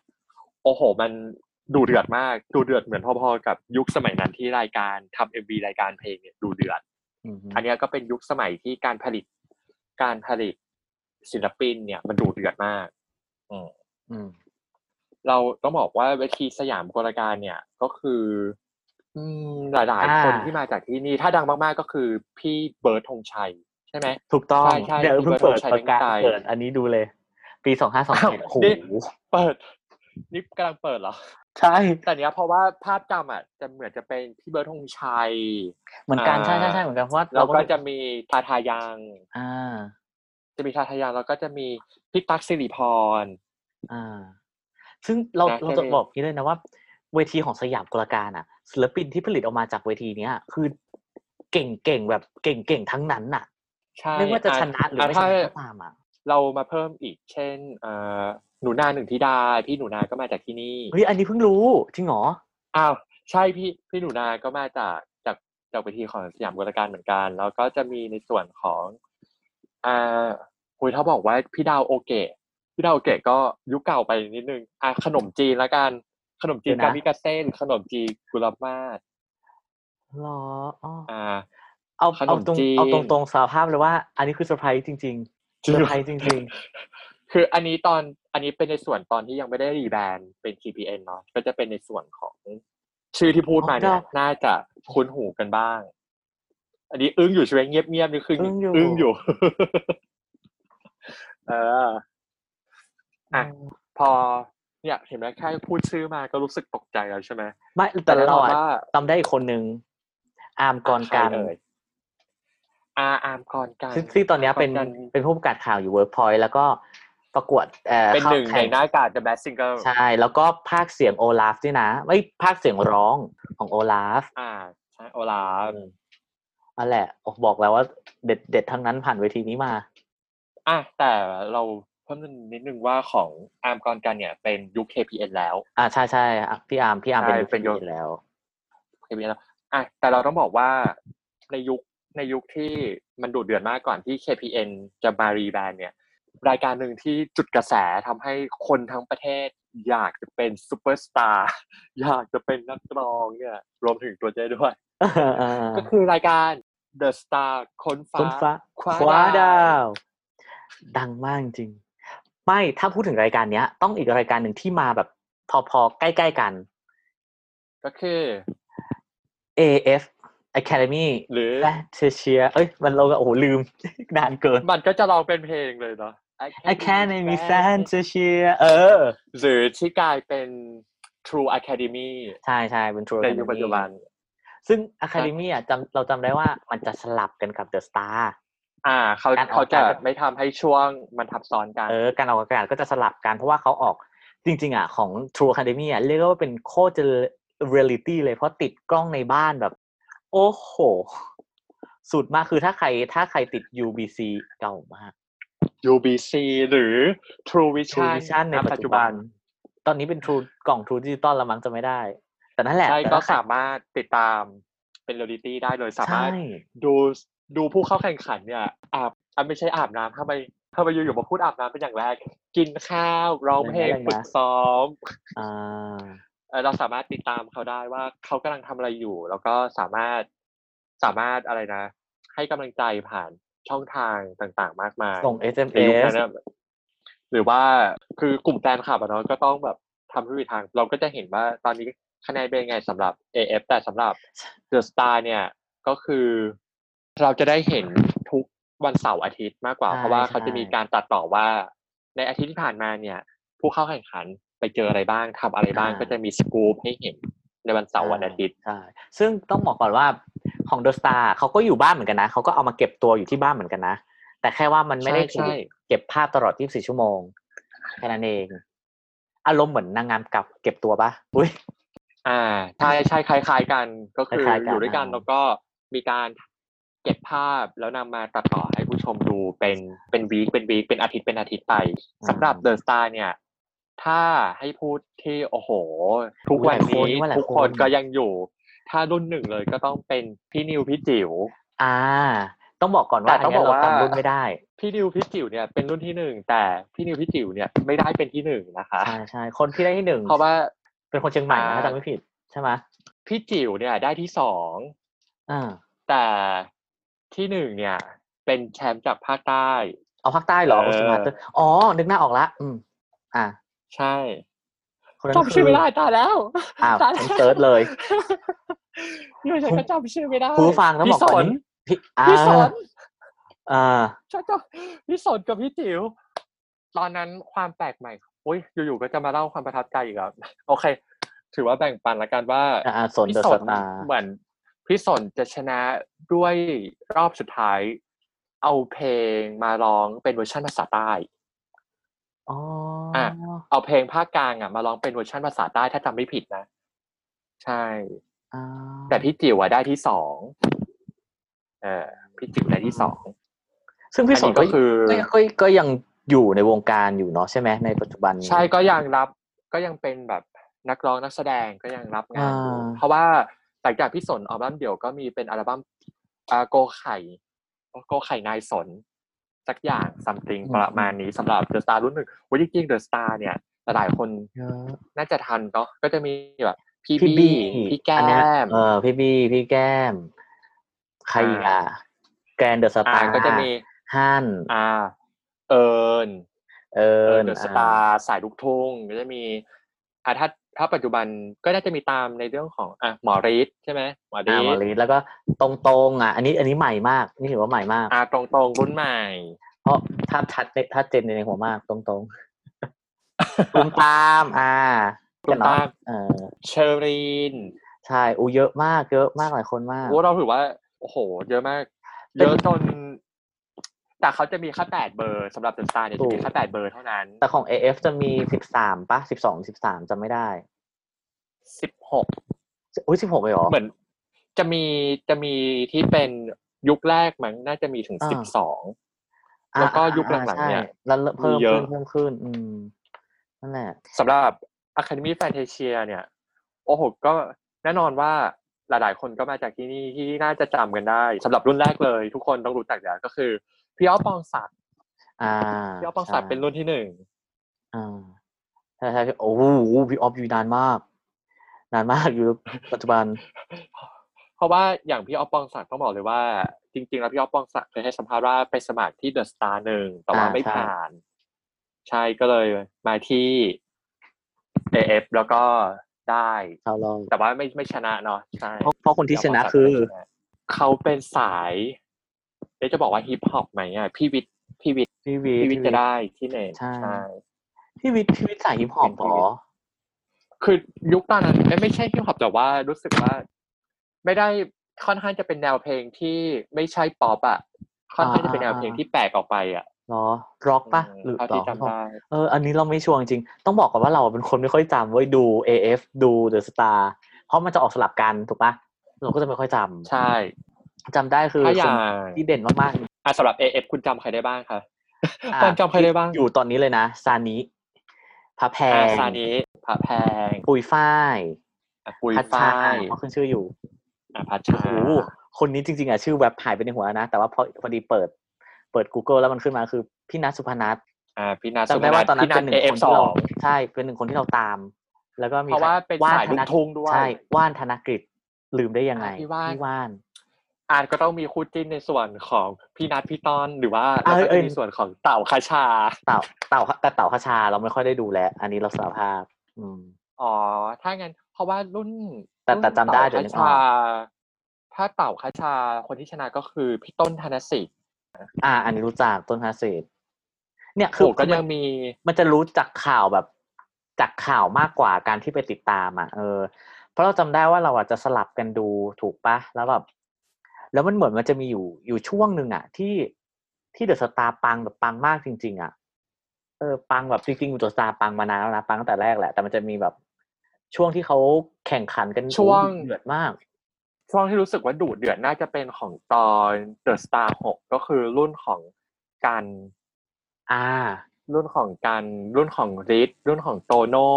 โอ้โห มันดูเดือดมาก ดูเดือดเหมือนพอๆกับยุคสมัยนั้นที่รายการทำเอ็มวีรายการเพลงเนี่ยดูเดือด อืม อันเนี้ยก็เป็นยุคสมัยที่การผลิตการผลิต ศิลปินเนี่ยมันดูเดือดมาก อืม อืม เราต้องบอกว่าเวทีสยามกลการเนี่ยก็คืออืมหลาย อ่า ๆ คนที่มาจากที่นี่ ถ้าดังมากๆก็คือพี่เบิร์ดธงชัย ใช่ไหม ถูกต้อง ใช่ใช่ เดี๋ยวเพิ่งเปิด มีเบอร์โทร ประกาศ ใช้ในใจ เปิดอันนี้ดูเลย ปีสองห้าสอง อ้าว เจ็ดโอ้โห นี่ เปิด นี่กำลังเปิดเหรอ ใช่ แต่เนี้ยเพราะว่าภาพจำอ่ะจะเหมือนจะเป็นพี่เบิร์ดธงชัย เหมือนกัน อ่า ใช่ใช่ใช่เหมือนกันเพราะว่า แล้วก็ ไม่ จะมีทาทายัง อ่า จะมีทาทายังแล้วก็จะมีพี่ตั๊กสิริพร อ่า ซึ่งเรา นะ เรา ก็ จะ เลย บอกนี้เลยนะว่า เวทีของสยามกลการอ่ะ ศิลปินที่ผลิตออกมาจากเวทีเนี้ย คือเก่งเก่งๆแบบเก่งเก่งๆทั้งนั้นน่ะ ใช่ ไม่ว่าจะชนะหรือไม่ช ถ้า นะก็ตามอ่ะ เรามาเพิ่มอีก เช่นเอ่อหนูนาหนึ่งธิดาพี่หนูนาก็มาจากที่นี่ เฮ้ยอันนี้เพิ่งรู้จริงเหรอ อ้าวใช่พี่พี่หนูนาก็มาจากจากจากเวทีของสยามกลการเหมือนกัน แล้วก็จะมีในส่วนของอ่าคุยถ้าบอกว่าพี่ดาวโอเกะพี่ดาวโอเกะก็ยุคเก่าไปนิดนึงอ่ะขนมจีนละกันขนมจีนกามิกาเซ่หรือขนมจีนกุลามาศ เหรออ๋อ อ่า เอา ขนม เอาตรง จีน เอาตรงตรงๆสารภาพเลยว่า อันนี้คือเซอร์ไพรส์จริงๆเซอร์ไพรส์จริง ๆ คืออันนี้ตอนอันนี้เป็นในส่วนตอนที่ยังไม่ได้รีแบรนด์เป็น TPN เนาะก็จะเป็นในส่วนของชื่อที่พูดมาเนี่ย อ๋อได้ น่าจะคุ้นหูกันบ้าง อันนี้อึ้งอยู่ใช่ไหมเงียบเงียบๆนี่คือ อึ้งอยู่ งอยู่ [laughs] เออ อ่ะ พอเนี่ยเห็นไหมแค่พูดชื่อมาก็รู้สึกตกใจแล้วใช่ไหม ไม่แต่ แน่น เรา อน อะ ว่า จำได้อีกคนนึงอาร์มกรการ ใคเอ่ยอาอาร์มกรกัน ซึ่งซึ่งตอนเนี้ยเป็น กรกัน เป็นผู้ประกาศข่าวอยู่เวิร์กพอยต์แล้วก็ประกวดเอ่อ เป็น ข้า หนึ่งใน แข่ หน้ากาด The Best Single ใช่ แล้วก็ภาคเสียงโอลาฟด้วยนะไม่ภาคเสียงร้องของโอลาฟ อ่าใช่โอลาฟ นั่นแหละโอ้บอกแล้วว่าเด็ดเด็ดทั้งนั้นผ่านเวทีนี้มา อ่ะแต่เราเพิ่มนิดนึงว่าของอาร์มกรกันเนี่ยเป็นยุค KPN แล้ว อ่าใช่ใช่อ่ะพี่อาร์มพี่อาร์ม ใช่ เป็น เป็นยศ อยู่แล้ว KPN แล้วอ่ะแต่เราต้องบอกว่าในยุคในยุคที่มันดูดเดือดมากก่อนที่ KPN จะมารีแบรนด์เนี่ย รายการหนึ่งที่จุดกระแสทำให้คนทั้งประเทศ อยากจะเป็นซูเปอร์สตาร์ [laughs] อยากจะเป็นนักร้องเนี่ยรวมถึงตัวเจด้วย เออ ก็คือรายการ The Star คนฟ้า คุณฟ้า คว้า คว้า ดา ดาว ว ดังมากจริงๆไม่ถ้าพูดถึงรายการเนี้ย ต้องอีกรายการหนึ่งที่มาแบบพอๆใกล้ๆกัน ก็คือ AF Academy หรือ และเทเชียเอ้ย มันเราก็โอ้โห ลืม [laughs] นานเกิน มันก็จะลองเป็นเพลงเลยเนาะ Academy Fan เทเชียเออ หรือที่กลายเป็น True Academy ใช่ใช่เป็น True ใน Academy ยุคปัจจุบัน ซึ่ง Academy อ่ะจำเราจำได้ว่ามันจะสลับกันกับ The Star อ่า เขา การออก เขาจะ การ ไม่ทำให้ช่วงมันทับซ้อนกัน เออ การออกอากาศก็จะสลับกันเพราะว่าเขาออกจริง ๆ อ่ะ ของ True Academy อ่ะ เรียกว่าเป็นโคตรจะเรียลิตี้เลยเพราะติดกล้องในบ้านแบบ โอ้โห สุดมากคือถ้าใครถ้าใครติด UBC เก่ามาก UBC หรือท True รู Vision วิชั่นในปัจจุบัน ตอนนี้เป็นทรูกล่องทรูดิจิตอลละมั้งจะไม่ได้ แต่นั่นแหละ ใช่ แต่ ก็ ถ้าใคร สามารถติดตามเป็นเรียลิตี้ได้เลยสา ใช่ มารถดูดูผู้เข้าแข่งขันเนี่ยอาบอ่ะไม่ใช่อาบน้ำทำไมทำไมอยู่ๆมาพูดอาบน้ำเป็นอย่างแรก กินข้าวร้องเพลงฝึกซ้อม อ่า เอ่อเราสามารถติดตามเขาได้ว่าเขากำลังทำอะไรอยู่ แล้วก็สามารถสามารถอะไรนะ ให้กำลังใจผ่านช่องทางต่างๆ มากมาย ส่ง ในยุค SMS นั้นนะหรือว่าคือกลุ่มแฟนคลับอะเนาะก็ต้องแบบทำทุกวิถีทาง เราก็จะเห็นว่าตอนนี้คะแนนเป็นยังไงสำหรับ AF แต่สำหรับ The Star เนี่ยก็คือเราจะได้เห็นทุกวันเสาร์อาทิตย์มากกว่า ใช่ เพราะว่าเขา ใช่ จะมีการตัดต่อว่า ในอาทิตย์ที่ผ่านมาเนี่ย ผู้เข้าแข่งขันไปเจออะไรบ้างทำอะไรบ้าง อ่า ก็จะมีสกู๊ปให้เห็นในวันเสาร์วันอาทิตย์ ใช่ซึ่งต้องบอกก่อนว่าของ The Star เขาก็อยู่บ้านเหมือนกันนะเขาก็เอามาเก็บตัวอยู่ที่บ้านเหมือนกันนะ แต่แค่ว่ามันไม่ได้ ใช่ใช่ เก็บภาพตลอด 24 ชั่วโมง แค่นั้นเอง อารมณ์เหมือนนางงามกับเก็บตัวปะอุ้ย อ่าใช่ใช่คล้าย ๆ กันก็คือ คล้ายๆกัน อยู่ด้วยกัน อ่า แล้วก็มีการเก็บภาพแล้วนำมาตัดต่อให้ผู้ชมดูเป็นเป็นวีคเป็นวีคเป็นอาทิตย์เป็นอาทิตย์ไปสำหรับเดอะสตาร์เนี่ย ถ้าให้พูดที่โอ้โห ทุกวันนี้ หลายคนว่าหลายคน ทุกคนก็ยังอยู่ ถ้ารุ่นหนึ่งเลยก็ต้องเป็นพี่นิวพี่จิ๋ว อ่า ต้องบอกก่อนว่า แต่ต้อง นเนี้ย บอกว่า เราจำรุ่นไม่ได้ พี่นิวพี่จิ๋วเนี่ยเป็นรุ่นที่หนึ่งแต่พี่นิวพี่จิ๋วเนี่ยไม่ได้เป็นที่หนึ่งนะคะ ใช่ใช่คนที่ได้ที่หนึ่ง เพราะว่า เป็นคนเชียงใหม่นะ อ่า ถ้าจำไม่ผิดใช่ไหม พี่จิ๋วเนี่ยได้ที่สอง อ่า แต่ที่หนึ่งเนี่ย เป็นแชมป์จากภาคใต้ เอาภาคใต้เหรอ เออ โอสมาเตอร์อ๋อ นึกหน้าออกละอืมอ่า ใช่ คนนั้น จำชื่อไม่ได้ตายแล้ว อ้าว ตายแล้ว ฉันเซิร์ชเลย นี่ฉันก็จำชื่อไม่ได้ คุณผู้ฟังต้องบอก พี่ส ก่อน น นี้พี่อ่า พี่สน อ่า ฉันจำพี่สนกับพี่จิ๋วตอนนั้นความแปลกใหม่โอ้ยอยู่ๆก็จะมาเล่าความประทับใจอีกแล้วโอเค ถือว่าแบ่งปันละกันว่า อ่าสน พี่ เดอะ ส ส น ตาร์ เหมือนพี่สนจะชนะด้วยรอบสุดท้าย เอาเพลงมาร้องเป็นเวอร์ชันภาษาใต้ อ๋ออะ เอาเพลงภาคกลางอ่ะมาร้องเป็นเวอร์ชันภาษาใต้ถ้าจำไม่ผิดนะ ใช่ อ่า แต่พี่จิ๋วอะได้ที่สองเออพี่จิ๋วได้ที่สอง ซึ่งพี่สน อั ก็ ก็คือ ก็ก็ก็ยังอยู่ในวงการอยู่เนาะใช่ไหมในปัจจุบันนี้ ใช่ก็ยังรับก็ยังเป็นแบบนักร้องนักแสดงก็ยังรับงานอยู่ อ่า เพราะว่าหลังจากพี่สนออกอัลบั้มเดี่ยวก็มีเป็นอัลบั้มอ่าโกไข่โกไข่นายสนสักอย่างซัมติงประมาณนี้สำหรับเดอะสตาร์รุ่นหนึ่งวันจริงเดอะสตาร์เนี่ยหลายๆคน เออ น่าจะทันเนาะก็จะมีแบบพี่ พี่ บี้ บี้ พี่แก้ อันเนี้ย ม เออพี่บี้พี่แก้มใครอีกอ่ะแกรนเดอะสตา อ่า ร์ ก็จะมี ฮั่น อ่า เอิญ เอิ เอิญ ญ เดอะส อ่า ตาร์สายลูกทุ่งก็จะมีอ่าถ้าถ้าปัจจุบันก็น่าจะมีตามในเรื่องของอ่ะหมอฤทธิ์ใช่ไหมหมอฤ อ่า ท หมอ ธิ์ ลิสแล้วก็ตรงตรงๆอ่ะ อันนี้อันนี้ใหม่มากนี่ถือว่าใหม่มาก อ่าตรงตรงๆรุ่นใหม่ เพราะภาพชัดในภาพเจนในหัวมากตรงตรงๆ ตุมตามอ่า ตูมตาม เออ เชอรีน ใช่อูเยอะมากเยอะมากหลายคนมาก โอ้เราถือว่า โอ้โห เยอะมาก เป็น เยอะจน แต่เขาจะมีแค่แปดเบอร์สำหรับเดอะสตาร์เนี่ย ถูกจะมีแค่แปดเบอร์เท่านั้น แต่ของ AF จะมีสิบสามปะสิบสองสิบสามจำไม่ได้ สิบหก อุ้ยสิบหกเลยเหรอ เหมือนจะมีจะมีที่เป็นยุคแรกมั้งน่าจะมีถึง อ่า สิบสอง อ่า แล้วก็ อ่า ยุคหลังๆ อ่าใช่ เนี่ย แล้วเพิ่ม มีเย ขึ้ อะ นเพิ่มขึ้น อืมนั่นแหละ สำหรับ Academy Fantasia เนี่ย โอ้โห ก็แน่นอนว่าหลายๆ คนก็มาจากที่นี่ที่น่าจะจำกันได้สำหรับรุ่นแรกเลย ทุกคนต้องรู้จักแล้วก็คือ พี่อ้อปองศักดิ์ อ่า พี่อ้อปองศักดิ์เป็นรุ่นที่หนึ่ง อ่าใช่ใช่โอ้โหพี่ออฟอยู่นานมาก นานมากอยู่ปัจจุบัน เพราะว่าอย่างพี่อ้อปองศักดิ์ต้องบอกเลยว่า จริง ๆ แล้วพี่อ้อปองศักดิ์เคยให้สัมภาษณ์ว่าไปสมัครที่เดอะสตาร์หนึ่งแต่ว่า อ่า ไม่ ใช่ ผ่าน ใช่ก็เลยมาที่ AF แล้วก็ได้ เข้ารอบ แต่ว่าไม่ไม่ชนะเนาะใช่ เพราะเพราะคนที่ชนะคือ เขาเป็นสายเดี๋ยวจะบอกว่าฮิปฮอปไหมอ่ะพี่วิทย์ พี่วิท พี่ ย์ วิทย์จะได้ที่เน ใช่พี่วิทย์พี่วิทย์สายฮิปฮอปเหรอ คือยุคตอนนั้นเอ้ยไม่ใช่ฮิปฮอปแต่ว่ารู้สึกว่า ไม่ได้ค่อนข้างจะเป็นแนวเพลงที่ไม่ใช่ป๊อปอ่ะค่อนข้างจะเป็นแนวเพลงที่แปลกออกไปอ่ะ เหรอร็อกปะ อืม หรือ เท่า หร ที่ อ จำได้ เอออันนี้เราไม่ชัวร์จริงๆต้องบอกก่อนว่าเราเป็นคนไม่ค่อยจำเว้ยดู AF ดู The Star เพราะมันจะออกสลับกันถูกปะเราก็จะไม่ค่อยจ ใช่ ำจำได้คือ ถ้าอย่า ค ง นที่เด่นมาก อ่ะสำหรับ AF คุณจำใครได้บ้างคะ ๆอ่ะ ตอนจำใครได้บ้าง อยู่ตอนนี้เลยนะซานิพระแพ อ่ะ ง ซานิพระแพง ปุยฝ้าย อ่ะปุย พัชชา ฝ้าย เพราะขึ้นชื่ออยู่ อ่ะพัช โอ้ ชา โหคนนี้จริงๆอ่ะชื่อแว็บหายไปในหัวนะ แต่ว่าพอพอดีเปิด เปิด Google แล้วมันขึ้นมาคือพี่นัทสุพนัท อ่าพี่นัท จำได้ว่าตอนนั้นเป็นหนึ่งคนที่ อ เราใช่เป็นหนึ่งคนที่เราตาม แล้วก็มี เพราะว่าเป็นสาย ธ ลูกทุ่งด้วย ใช่ว่านธนกฤษลืมได้ยังไง อ่าพี่ว่าน พี่ว่าน อาจก็ต้องมีคู่จิ้นในส่วนของพี่นัทพี่ต้อนหรือว่า เอ้ แล้ว ย ก็ เอ้ จะ ย มีส่วนของเต่าคาชา เต่าเต่าแต่เต่าคชาเราไม่ค่อยได้ดูแลอันนี้เราสารภาพ อืม อ๋อถ้างั้นเพราะว่ารุ่น แต่แต่จำได้เดี๋ยวนึ รุ่น กอ เต่า อก คาชา ถ้าเต่าคาชาคนที่ชนะก็คือพี่ต้นธนสิทธิ์ อ่า อันนี้รู้จักต้นฮาเศษเนี่ยคื โอ้ อ ก็ มั ยั น งมี มันจะรู้จากข่าวแบบจากข่าวมากกว่าการที่ไปติดตามอ่ะเออ เพราะเราจำได้ว่าเราอาจจะสลับกันดูถูกปะแล้วแบบแล้วมันเหมือนมันจะมีอยู่อยู่ช่วงหนึ่งอ่ะ ที่ที่เดอะสตาร์ปังแบบปังมากจริง ๆ อ่ะ เออปังแบบจริงๆเดอะสตาร์ปังมานานแล้วนะปังตั้งแต่แรกแหละแต่มันจะมีแบบช่วงที่เขาแข่งขันกัน ช่วง เดือดมาก ช่วงที่รู้สึกว่าดุเดือดน่าจะเป็นของตอนเดอะสตาร์หกก็คือรุ่นของกัน อ่า รุ่นของกันรุ่นของฤทธิ์รุ่นของโตโน่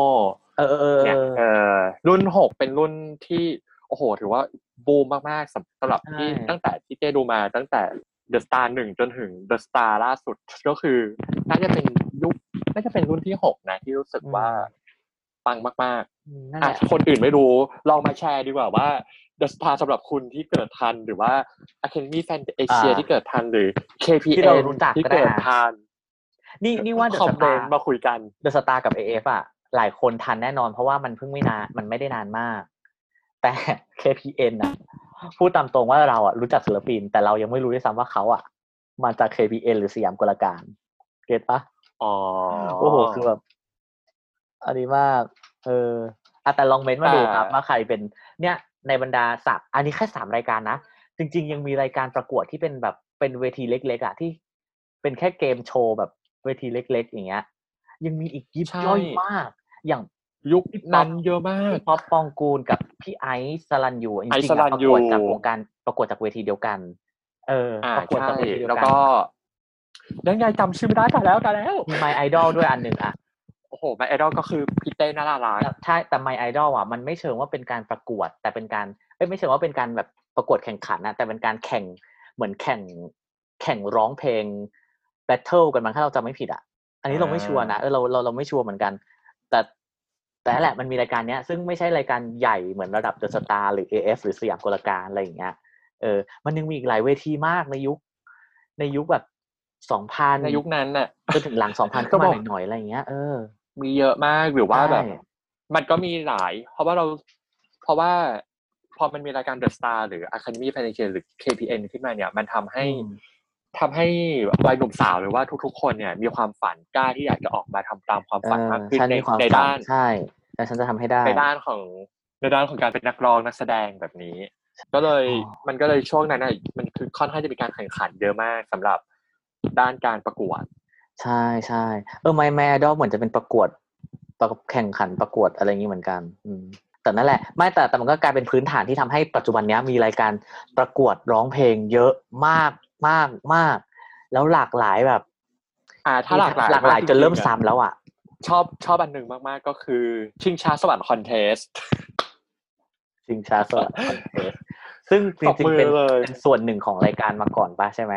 เออเออ เนี่ย เออ เออรุ่นหกเป็นรุ่นที่โอ้โห ถือว่าบูมมากๆสำสำหรับ ใช่ ที่ตั้งแต่ที่เจดูมาตั้งแต่เดอะสตาร์หนึ่งจนถึงเดอะสตาร์ล่าสุดก็คือ น่าจะเป็นยุคน่าจะเป็นรุ่นที่หกนะ ที่รู้สึกว่าปังมาก นั่น ๆ แห อ่ะ ละ คนอื่นไม่รู้ ลองมาแชร์ดีกว่าว่า เดอะสตาร์สำหรับคุณที่เกิดทันหรือว่า Academy Fan Asia อ่า ที่เกิดทันหรือ KPN ที่เรารู้จัก ที่ ก็ได้ เกิดทัน นี่นี่ว่าเดอะ คอ ส มเม ตาน ร์ ต์มาคุยกัน เดอะสตาร์กับเอฟอ่ะหลายคนทันแน่นอนเพราะว่ามันเพิ่งไม่นานมันไม่ได้นานมาก แต่ [laughs] KPN นะพูดตามตรงว่าเราอ่ะรู้จักศิลปิน แต่เรายังไม่รู้ด้วยซ้ำว่าเขาอ่ะมาจาก KPN หรือสยามกลการเก็ตปะ อ๋อ โอ้โห คือแบบ อันนี้มาก เอออะแต่ลองเม้นต์มาดูครับว่าใครเป็น เนี่ย ในบรรดาสามอันนี้แค่สามรายการนะ จริง ๆ ยังมีรายการประกวดที่เป็นแบบ เป็นเวทีเล็ก ๆอะที่ เป็นแค่เกมโชว์แบบเวทีเล็ก ๆ อย่างเงี้ย ยังมีอีกยิบย่อยมาก อย่าง ยุคนั้น พี่ป๊อป เยอะมาก พี่ป๊อปปองกูลกับพี่ไอซ์สลันยูอะจ ไอซ์ ริง ส ๆ ลั อะ น ประ ยู กวดจากวงการประกวดจากเวทีเดียวกัน เออ อ่า ประกวด ใช่ จากเวทีเดีย แล้ว ว กัน ก็ยังไงจำชื่อไม่ได้แต่แล้วแต่แล้ว มีไมไอดอลด้วยอันหนึ่งอะ โอ้โหไมไอดอลก็คือพี่เต้น่ารัก แต่ใช่แต่ไมไอดอลอ่ะมันไม่เชิงว่าเป็นการประกวด แต่เป็นการเอ้ยไม่เชิงว่าเป็นการแบบประกวดแข่งขันนะแต่เป็นการแข่งเหมือนแข่งแข่งร้องเพลงแบทเทิลกันมั้งถ้าเราจำไม่ผิดอ่ะ อันนี้เราไม่ อ่า ชัวร์นะเออเราเราเราไม่ชัวร์เหมือนกัน แต่แต่นั่นแหละมันมีรายการเนี้ย ซึ่งไม่ใช่รายการใหญ่เหมือนระดับเดอะสตาร์หรือ AF หรือสยามกลการอะไรอย่างเงี้ยเออมันยังมีอีกหลายเวทีมากในยุค ในยุคแบบสองพัน ในยุคนั้นน่ะ จนถึงหลังสองพัน [laughs] ก็ เข้า บ มา อก หน่อยๆอะไรอย่างเงี้ยเออ มีเยอะมากหรือว่า ใช่ แบบ มันก็มีหลาย เพราะว่าเรา เพราะว่าพอมันมีรายการ The Star หรือ Academy f a n a t i a หรือ KPN ขึ้นมาเนี่ย มันทำให้ทำให้วัยหนุ่มสาวหรือว่าทุกๆ คนเนี่ย มีความฝันกล้าที่อยากจะออกมาทำตามความฝันมากขึ้น เออฉัน ใน มีความ ใน ฝั ด้าน ใช่แต่ฉันจะทำให้ได้ ในด้านของในด้านของการเป็นนักร้องนักแสดงแบบนี้ ก็เลย อ๋อ มันก็เลยช่วงนั้นน่ะมันคือค่อนข้างจะมีการแข่งขันเยอะมากสำหรับด้านการประกวด ใช่ใช่เออไมแมดอเหมือนจะเป็นประกวดประแข่งขันประกวดอะไรอย่างนี้เหมือนกันอืมแต่นั่นแหละ ไม่แต่แต่มันก็กลายเป็นพื้นฐานที่ทำให้ปัจจุบันเนี้ยมีรายการประกวดร้องเพลงเยอะมากมากมาก แล้วหลากหลายแบบ อ่าถ้าหลากหลาย หลากหลาย มก จนเริ่ม ๆอะ ซ้ำแล้วอ่ะ ชอบชอบอันหนึ่งมากๆก็คือ ชิงช้าสวรรค์คอนเทส ชิงชาสวรรค์คอนเทสต์ซึ่งจริงๆเป็น ตบมือเลย เป็นส่วนหนึ่งของรายการมาก่อนป่ะใช่ไหม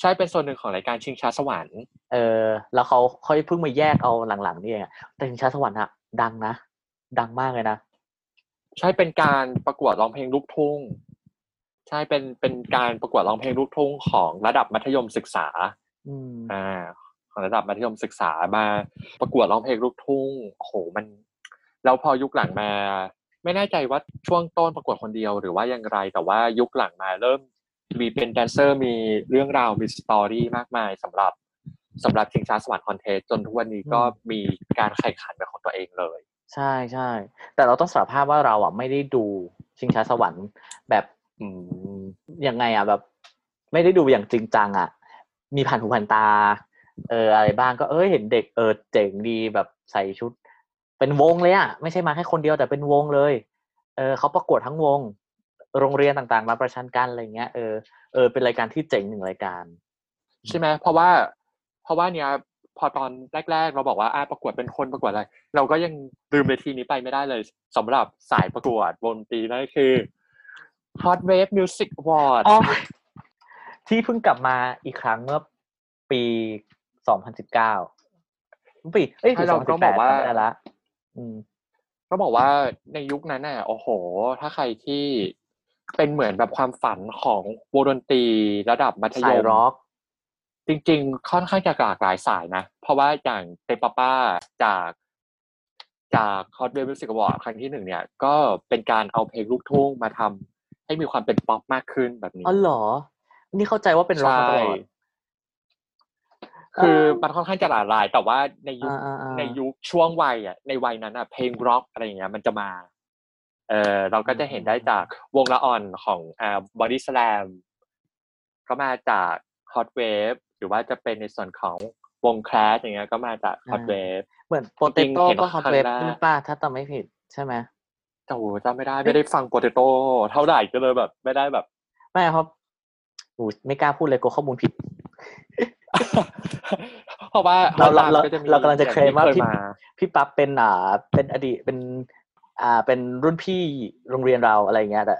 ใช่เป็นส่วนหนึ่งของรายการชิงช้าสวรรค์ เออแล้วเขาค่อยเพิ่งมาแยกเอาหลังๆนี่เองอะแต่ชิงช้าสวรรค์อะดังนะ ดังมากเลยนะ ใช่เป็นการประกวดร้องเพลงลูกทุ่ง ใช่เป็นเป็นการประกวดร้องเพลงลูกทุ่งของระดับมัธยมศึกษา อืม อ่าของระดับมัธยมศึกษามาประกวดร้องเพลงลูกทุ่งโอ้โหมัน แล้วพอยุคหลังมา ไม่แน่ใจว่าช่วงต้นประกวดคนเดียวหรือว่าอย่างไร แต่ว่ายุคหลังมาเริ่มมีเป็นแดนเซอร์มีเรื่องราวมีสตอรี่มากมายสำหรับสำหรับชิงช้าสวรรค์คอนเทสจนทุกวันนี้ก็มีการแข่งขันเป็นของตัวเองเลย ใช่ใช่แต่เราต้องสารภาพว่าเราอะไม่ได้ดูชิงช้าสวรรค์แบบ อืม ยังไงอะแบบ ไม่ได้ดูอย่างจริงจังอะมีผ่านหูผ่านตา เอออะไรบ้างก็เอ้ยเห็นเด็กเออเจ๋งดีแบบใส่ชุด เป็นวงเลยอะไม่ใช่มาแค่คนเดียวแต่เป็นวงเลย เออเขาประกวดทั้งวง โรงเรียนต่างๆ มาประชันกันอะไรเงี้ยเออเออเป็นรายการที่เจ๋งหนึ่งรายการ ใช่ไหมเพราะว่า เพราะว่าเนี้ยพอตอนแรก ๆ เราบอกว่าอ่าประกวดเป็นคนประกวดอะไร เราก็ยังลืมเวทีนี้ไปไม่ได้เลยสำหรับสายประกวดวงดนตรีนั่นคือ Hot Wave Music Award อ๋อ [laughs] ที่เพิ่งกลับมาอีกครั้งเมื่อปี 2019ปีเอ้ย ให้เราก็บอกว่า 2018จำไม่ได้ละอืม ก็บอกว่าในยุคนั้นน่ะโอ้โห ถ้าใครที่เป็นเหมือนแบบความฝันของวงดนตรีระดับมัธย สาย ม ร็อก จริง ๆ ค่อนข้างจะหลากหลายสายนะ เพราะว่าอย่างเตปาป้าจาก จากคอร์ดเวมิวสิกบอร์ดครั้งที่หนึ่งเนี่ย ก็เป็นการเอาเพลงลูกทุ่งมาทำให้มีความเป็นป๊อปมากขึ้นแบบนี้ อ๋อเหรอ นี่เข้าใจว่าเป็นร็อกมาตลอด ใช่คือมันค่อนข้างจะหลากหลาย แต่ว่าในยุค อ่าๆๆ ในยุคช่วงวัยอ่ะในวัยนั้นอ่ะเพลงร็อกอะไรอย่างเงี้ยมันจะมาเออเราก็จะเห็นได้จากวงละอ่อนของอ่าบอดี้สแลมก็มาจากฮอตเวฟหรือว่าจะเป็นในส่วนของวงแคลสอย่างเงี้ยก็มาจากฮอตเวฟ เหมือนโปเต จริงๆ โต้ เห็น ก็ฮอตเว็บ ครั้งแรก ใช่ป่ะถ้าจำไม่ผิดใช่ไหม แต่โหจำไม่ได้ไม่ได้ฟังโปเตโต้เท่าไหร่ก็เลยแบบ ไม่ได้แบบ [laughs] ไม่ครับอูไม่กล้าพูดเลยกลัวข้อมูลผิด เพราะว่า เราเราเรา ก็จะมี เรากำลังจะเคลมว่า อย่ง พี่ ที่ยม พี่ปั๊บเป็นอ่า เป็นอดีตเป็น อ่าเป็นรุ่นพี่โรงเรียนเราอะไรอย่างเงี้ยแต่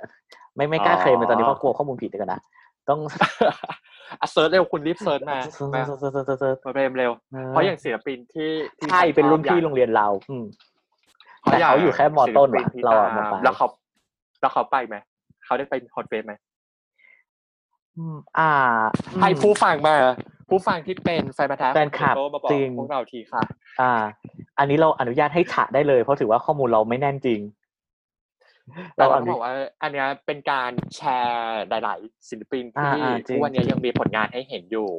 ไม่ไม่กล้าเคลมเลยตอนนี้เพราะกลัวข้อมูลผิดเดี๋ยวกันนะต้อง [laughs] อ่ะเซิร์ชเร็วคุณรีบเซิร์ชมา เซิร์ช มา เซิร์ชเซิร์ชเซิร์ช มาเร็วเร็ว เพราะอย่างศิลปินที่ที่ ใช่เป็นรุ่นพี่ ชอบ โรงเรียนเรา อืม อ แต่เขาอยู่แค่มอต้นว่ะ ศิลปิที่ เราอะม ต ปลาย แล้วเขา แล้วเขาไปไหมเขาได้ไปฮอตเฟสไหม อืมอ่า ใคร อืม ผู้ฟังมา ผู้ฟังที่เป็นแฟนพันธุ์แท้ แฟนคลับ ของคุณโต้มาบอก จริง พวกเราทีค่ะ อ่า อันนี้เราอนุญาตให้ฉะได้เลย เพราะถือว่าข้อมูลเราไม่แน่นจริง เรา เราอ ต้อง นุ บอกว่าอันเนี้ยเป็นการแชร์หลาย ๆ ศิลปิน อ่า ที่ อ่าจริ ทุ ง กวันเนี้ยยังมีผลงานให้เห็นอยู่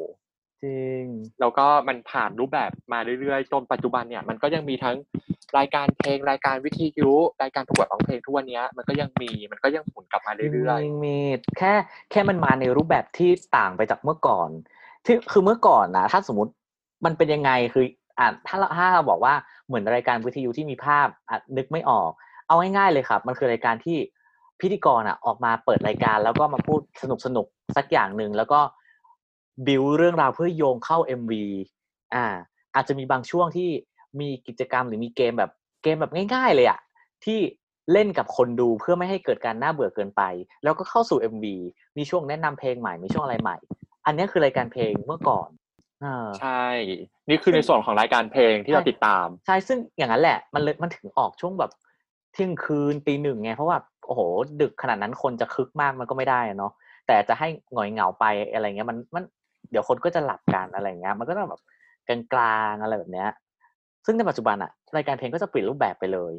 จริง แล้วก็มันผ่านรูปแบบมาเรื่อยๆจนปัจจุบันเนี่ยมันก็ยังมีทั้งรายการเพลงรายการวิทยุรายการประกวดร้องเพลงทุกวันเนี้ยมันก็ยังมีมันก็ยังหมุนกลับมาเรื่อย มีมีแค่แค่มันมาในรูปแบบที่ต่างไปจากเมื่อก่อน ที่คือเมื่อก่อนนะถ้าสมมติมันเป็นยังไงคืออ่ะถ้าเราถ้าเราบอกว่าเหมือนรายการวิทยุที่มีภาพอ่ะนึกไม่ออก เอาง่ายๆเลยครับ มันคือรายการที่พิธีกรอ่ะออกมาเปิดรายการแล้วก็มาพูดสนุกสนุกๆสักอย่างหนึ่งแล้วก็บิวเรื่องราวเพื่อโยงเข้า MV อ่า อาจจะมีบางช่วงที่มีกิจกรรมหรือมีเกมแบบเกมแบบง่าย ๆ เลยอะที่เล่นกับคนดูเพื่อไม่ให้เกิดการน่าเบื่อเกินไป แล้วก็เข้าสู่ MV มีช่วงแนะนำเพลงใหม่มีช่วงอะไรใหม่ อันเนี้ยคือรายการเพลงเมื่อก่อนอ่า ๆ ใช่ นี่คือในส่วนของรายการเพลงที่เรา ใช่ ติดตาม ใช่ซึ่งอย่างนั้นแหละมันเลยมันถึงออกช่วงแบบเที่ยงคืนตีหนึ่งไงเพราะว่าโอ้โห ดึกขนาดนั้นคนจะคึกมากมันก็ไม่ได้อะเนาะแต่จะให้หงอยเหงาไปอะไรเงี้ยมันมันเดี๋ยวคนก็จะหลับกันอะไรเงี้ยมันก็ต้องแบบกลางๆอะไรแบบเนี้ย ซึ่งในปัจจุบันอะรายการเพลงก็จะเปลี่ยนรูปแบบไปเลย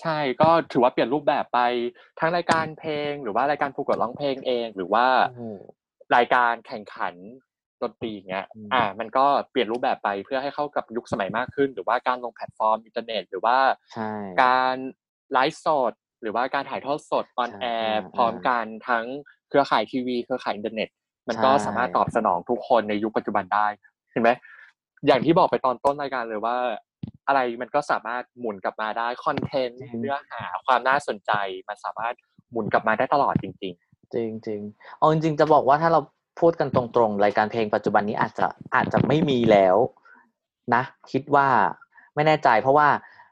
ใช่ก็ถือว่าเปลี่ยนรูปแบบไปทั้งรายการเพลง หรือว่ารายการประกวดร้องเพลงเอง หรือว่า รายการแข่งขันดนตรีอย่างเงี้ย อืม อ่า มันก็เปลี่ยนรูปแบบไปเพื่อให้เข้ากับยุคสมัยมากขึ้น หรือว่าการลงแพลตฟอร์มอินเทอร์เน็ต หรือว่า ใช่ การไลฟ์สด หรือว่าการถ่ายทอดสดออนแอร์พร้อมกันทั้งเครือข่ายทีวีเครือข่ายอินเทอร์เน็ต มันก็สามารถตอบสนองทุกคนในยุคปัจจุบันได้ เห็นไหม อย่างที่บอกไปตอนต้นรายการเลยว่า อะไรมันก็สามารถหมุนกลับมาได้คอนเทนต์เนื้อหาความน่าสนใจ มันสามารถหมุนกลับมาได้ตลอดจริง จริงจริงๆเอาจริงๆจะบอกว่าถ้าเราพูดกันตรงๆ รายการเพลงปัจจุบันนี้อาจจะอาจจะไม่มีแล้วนะ คิดว่าไม่แน่ใจเพราะว่า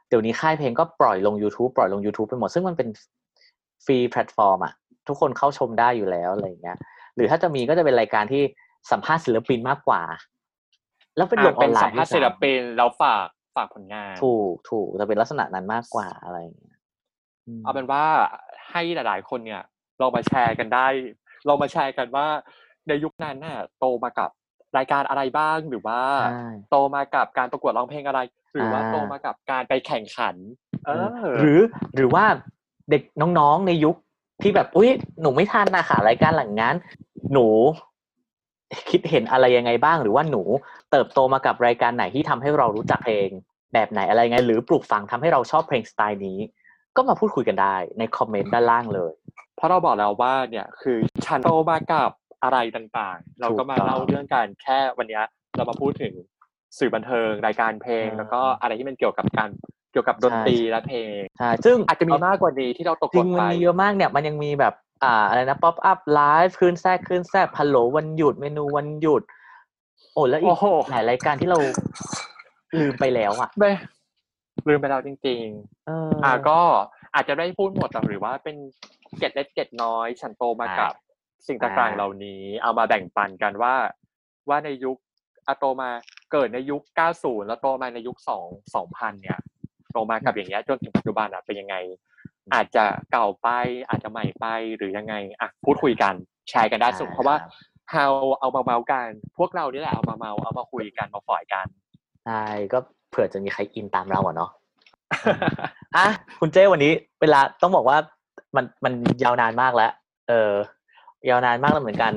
เดี๋ยวนี้ค่ายเพลงก็ปล่อยลง YouTube ปล่อยลง YouTube ไปหมด ซึ่งมันเป็นฟรีแพลตฟอร์มอะทุกคนเข้าชมได้อยู่แล้วอะไรอย่างเงี้ย หรือถ้าจะมีก็จะเป็นรายการที่สัมภาษณ์ศิลปินมากกว่า แล้วเป็นลง อ่ะ ออนไล สัม น์ ภาษณ์ศิลปินแล้วฝากฝากผลงาน ถูกถูกจะเป็นลักษณะนั้นมากกว่าอะไรอย่างเงี้ยม เอาเป็นว่าให้หลาย ๆ คนเนี่ยลองมาแชร์กันได้ลองมาแชร์กันว่า ในยุคนั้นน่ะโตมากับรายการอะไรบ้างหรือว่า ใช่ โตมากับการประกวดร้องเพลงอะไร หรือว่า อ่า โตมากับการไปแข่งขัน เออ หรือหรือว่าเด็กน้องๆในยุคที่แบบอุ้ยหนูไม่ทันนะค่ะรายการหลังนั้น หนู คิดเห็นอะไรยังไงบ้าง หรือว่าหนูเติบโตมากับรายการไหนที่ทำให้เรารู้จักเพลง แบบไหนอะไรยังไง หรือปลูกฝังทำให้เราชอบเพลงสไตล์นี้ ก็มาพูดคุยกันได้ในคอมเมนต์ด้านล่างเลย เพราะเราบอกแล้วว่าเนี่ยคือฉันโตมากับอะไรต่างๆ เราก็มา ถูกต้อง เล่าเรื่องการแค่วันเนี้ยเรามาพูดถึงสื่อบันเทิงรายการเพลง อ่า แล้วก็อะไรที่มันเกี่ยวกับการเกี่ยวกับดนตรี ใช่ และเพลง ใช่ซึ่ง อาจจะมีมากกว่านี้ที่เราตก จ ห ริ ล่ ง น มัน ไป มีเยอะมากเนี่ยมันยังมีแบบอ่าอะไรนะป๊อปอัพไลฟ์คืนแทรกคืนแทรกพัลโหลวันหยุดเมนูวันหยุด โอ้แล้วอี โอ้ ก โห หลายรายการที่เราลืมไปแล้วอ่ะ ไม่ลืมไปแล้วจริง เออ ๆ อ อ่าก็อาจจะไม่ได้พูดหมดแต่หรือว่าเป็นเกร็ดเล็กเกร็ดน้อย ฉันโตมากับสิ่ง อ่า ต่างๆเหล่านี้ เอามาแบ่งปันกันว่า ว่าในยุคอะโตมาเกิดในยุค 90 แล้วโตมาในยุค 2 2000 เนี่ย โตมากับอย่างเงี้ยจนถึงปัจจุบันอะเป็นยังไง อาจจะเก่าไปอาจจะใหม่ไปหรือยังไงอ่ะพูดคุยกันแชร์กันได้สุดเพราะว่าเฮาเอามาเมากัน พวกเรานี่แหละเอามาเมาเอามาคุยกันมาฝอยกัน ใช่ก็เผื่อจะมีใครอินตามเราอ่ะเนาะอ่ะคุณเจ้วันนี้เวลาต้องบอกว่ามันมันยาวนานมากแล้ว เออ ยาวนานมากแล้วเหมือนกัน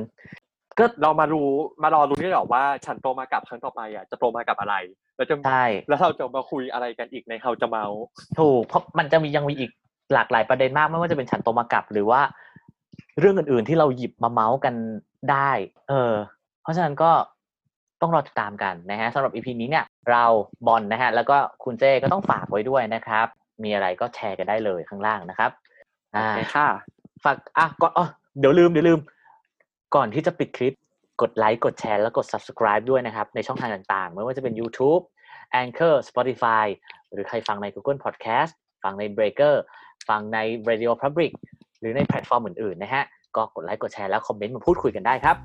ก็ เรามารู้มารอรู้นี่หรอว่าฉันโตมากับครั้งต่อไปอ่ะจะโตมากับอะไรแล้วจะ ใช่ แล้วเราจะมาคุยอะไรกันอีกในเฮาจะเมา ถูกเพราะมันจะมียังมีอีกหลากหลายประเด็นมากไม่ว่าจะเป็นฉันโตมากับหรือว่า เรื่องอื่นๆที่เราหยิบมาเมาส์กันได้ เออ เพราะฉะนั้นก็ต้องรอติดตามกันนะฮะสำหรับอีพีนี้เนี่ยเราบอลนะฮะ แล้วก็คุณเจ้ก็ต้องฝากไว้ด้วยนะครับ มีอะไรก็แชร์กันได้เลยข้างล่างนะครับ โอเคค่ะ ฝากอ่ะก่อนอ๋อเดี๋ยวลืมเดี๋ยวลืม ก่อนที่จะปิดคลิปกดไลค์กดแชร์แล้วกด subscribe ด้วยนะครับ ในช่องทางต่างๆ ไม่ว่าจะเป็น YouTube Anchor Spotify หรือใครฟังใน Google Podcast ฟังใน Breaker ฟังใน Radio Public หรือในแพลตฟอร์มอื่นๆ นะฮะ ก็กดไลค์กดแชร์แล้วคอมเมนต์มาพูดคุยกันได้ครับ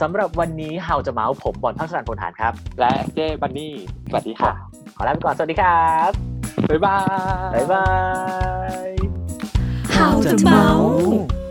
สำหรับวันนี้เฮาจะเมาส์ผมบอลพักสนันพลฐานครับ และเจ้บันนี่สวัสดีค่ะ ขอลาไปก่อน สวัสดีครับ บ๊ายบาย บ๊ายบาย how จะเมา อืม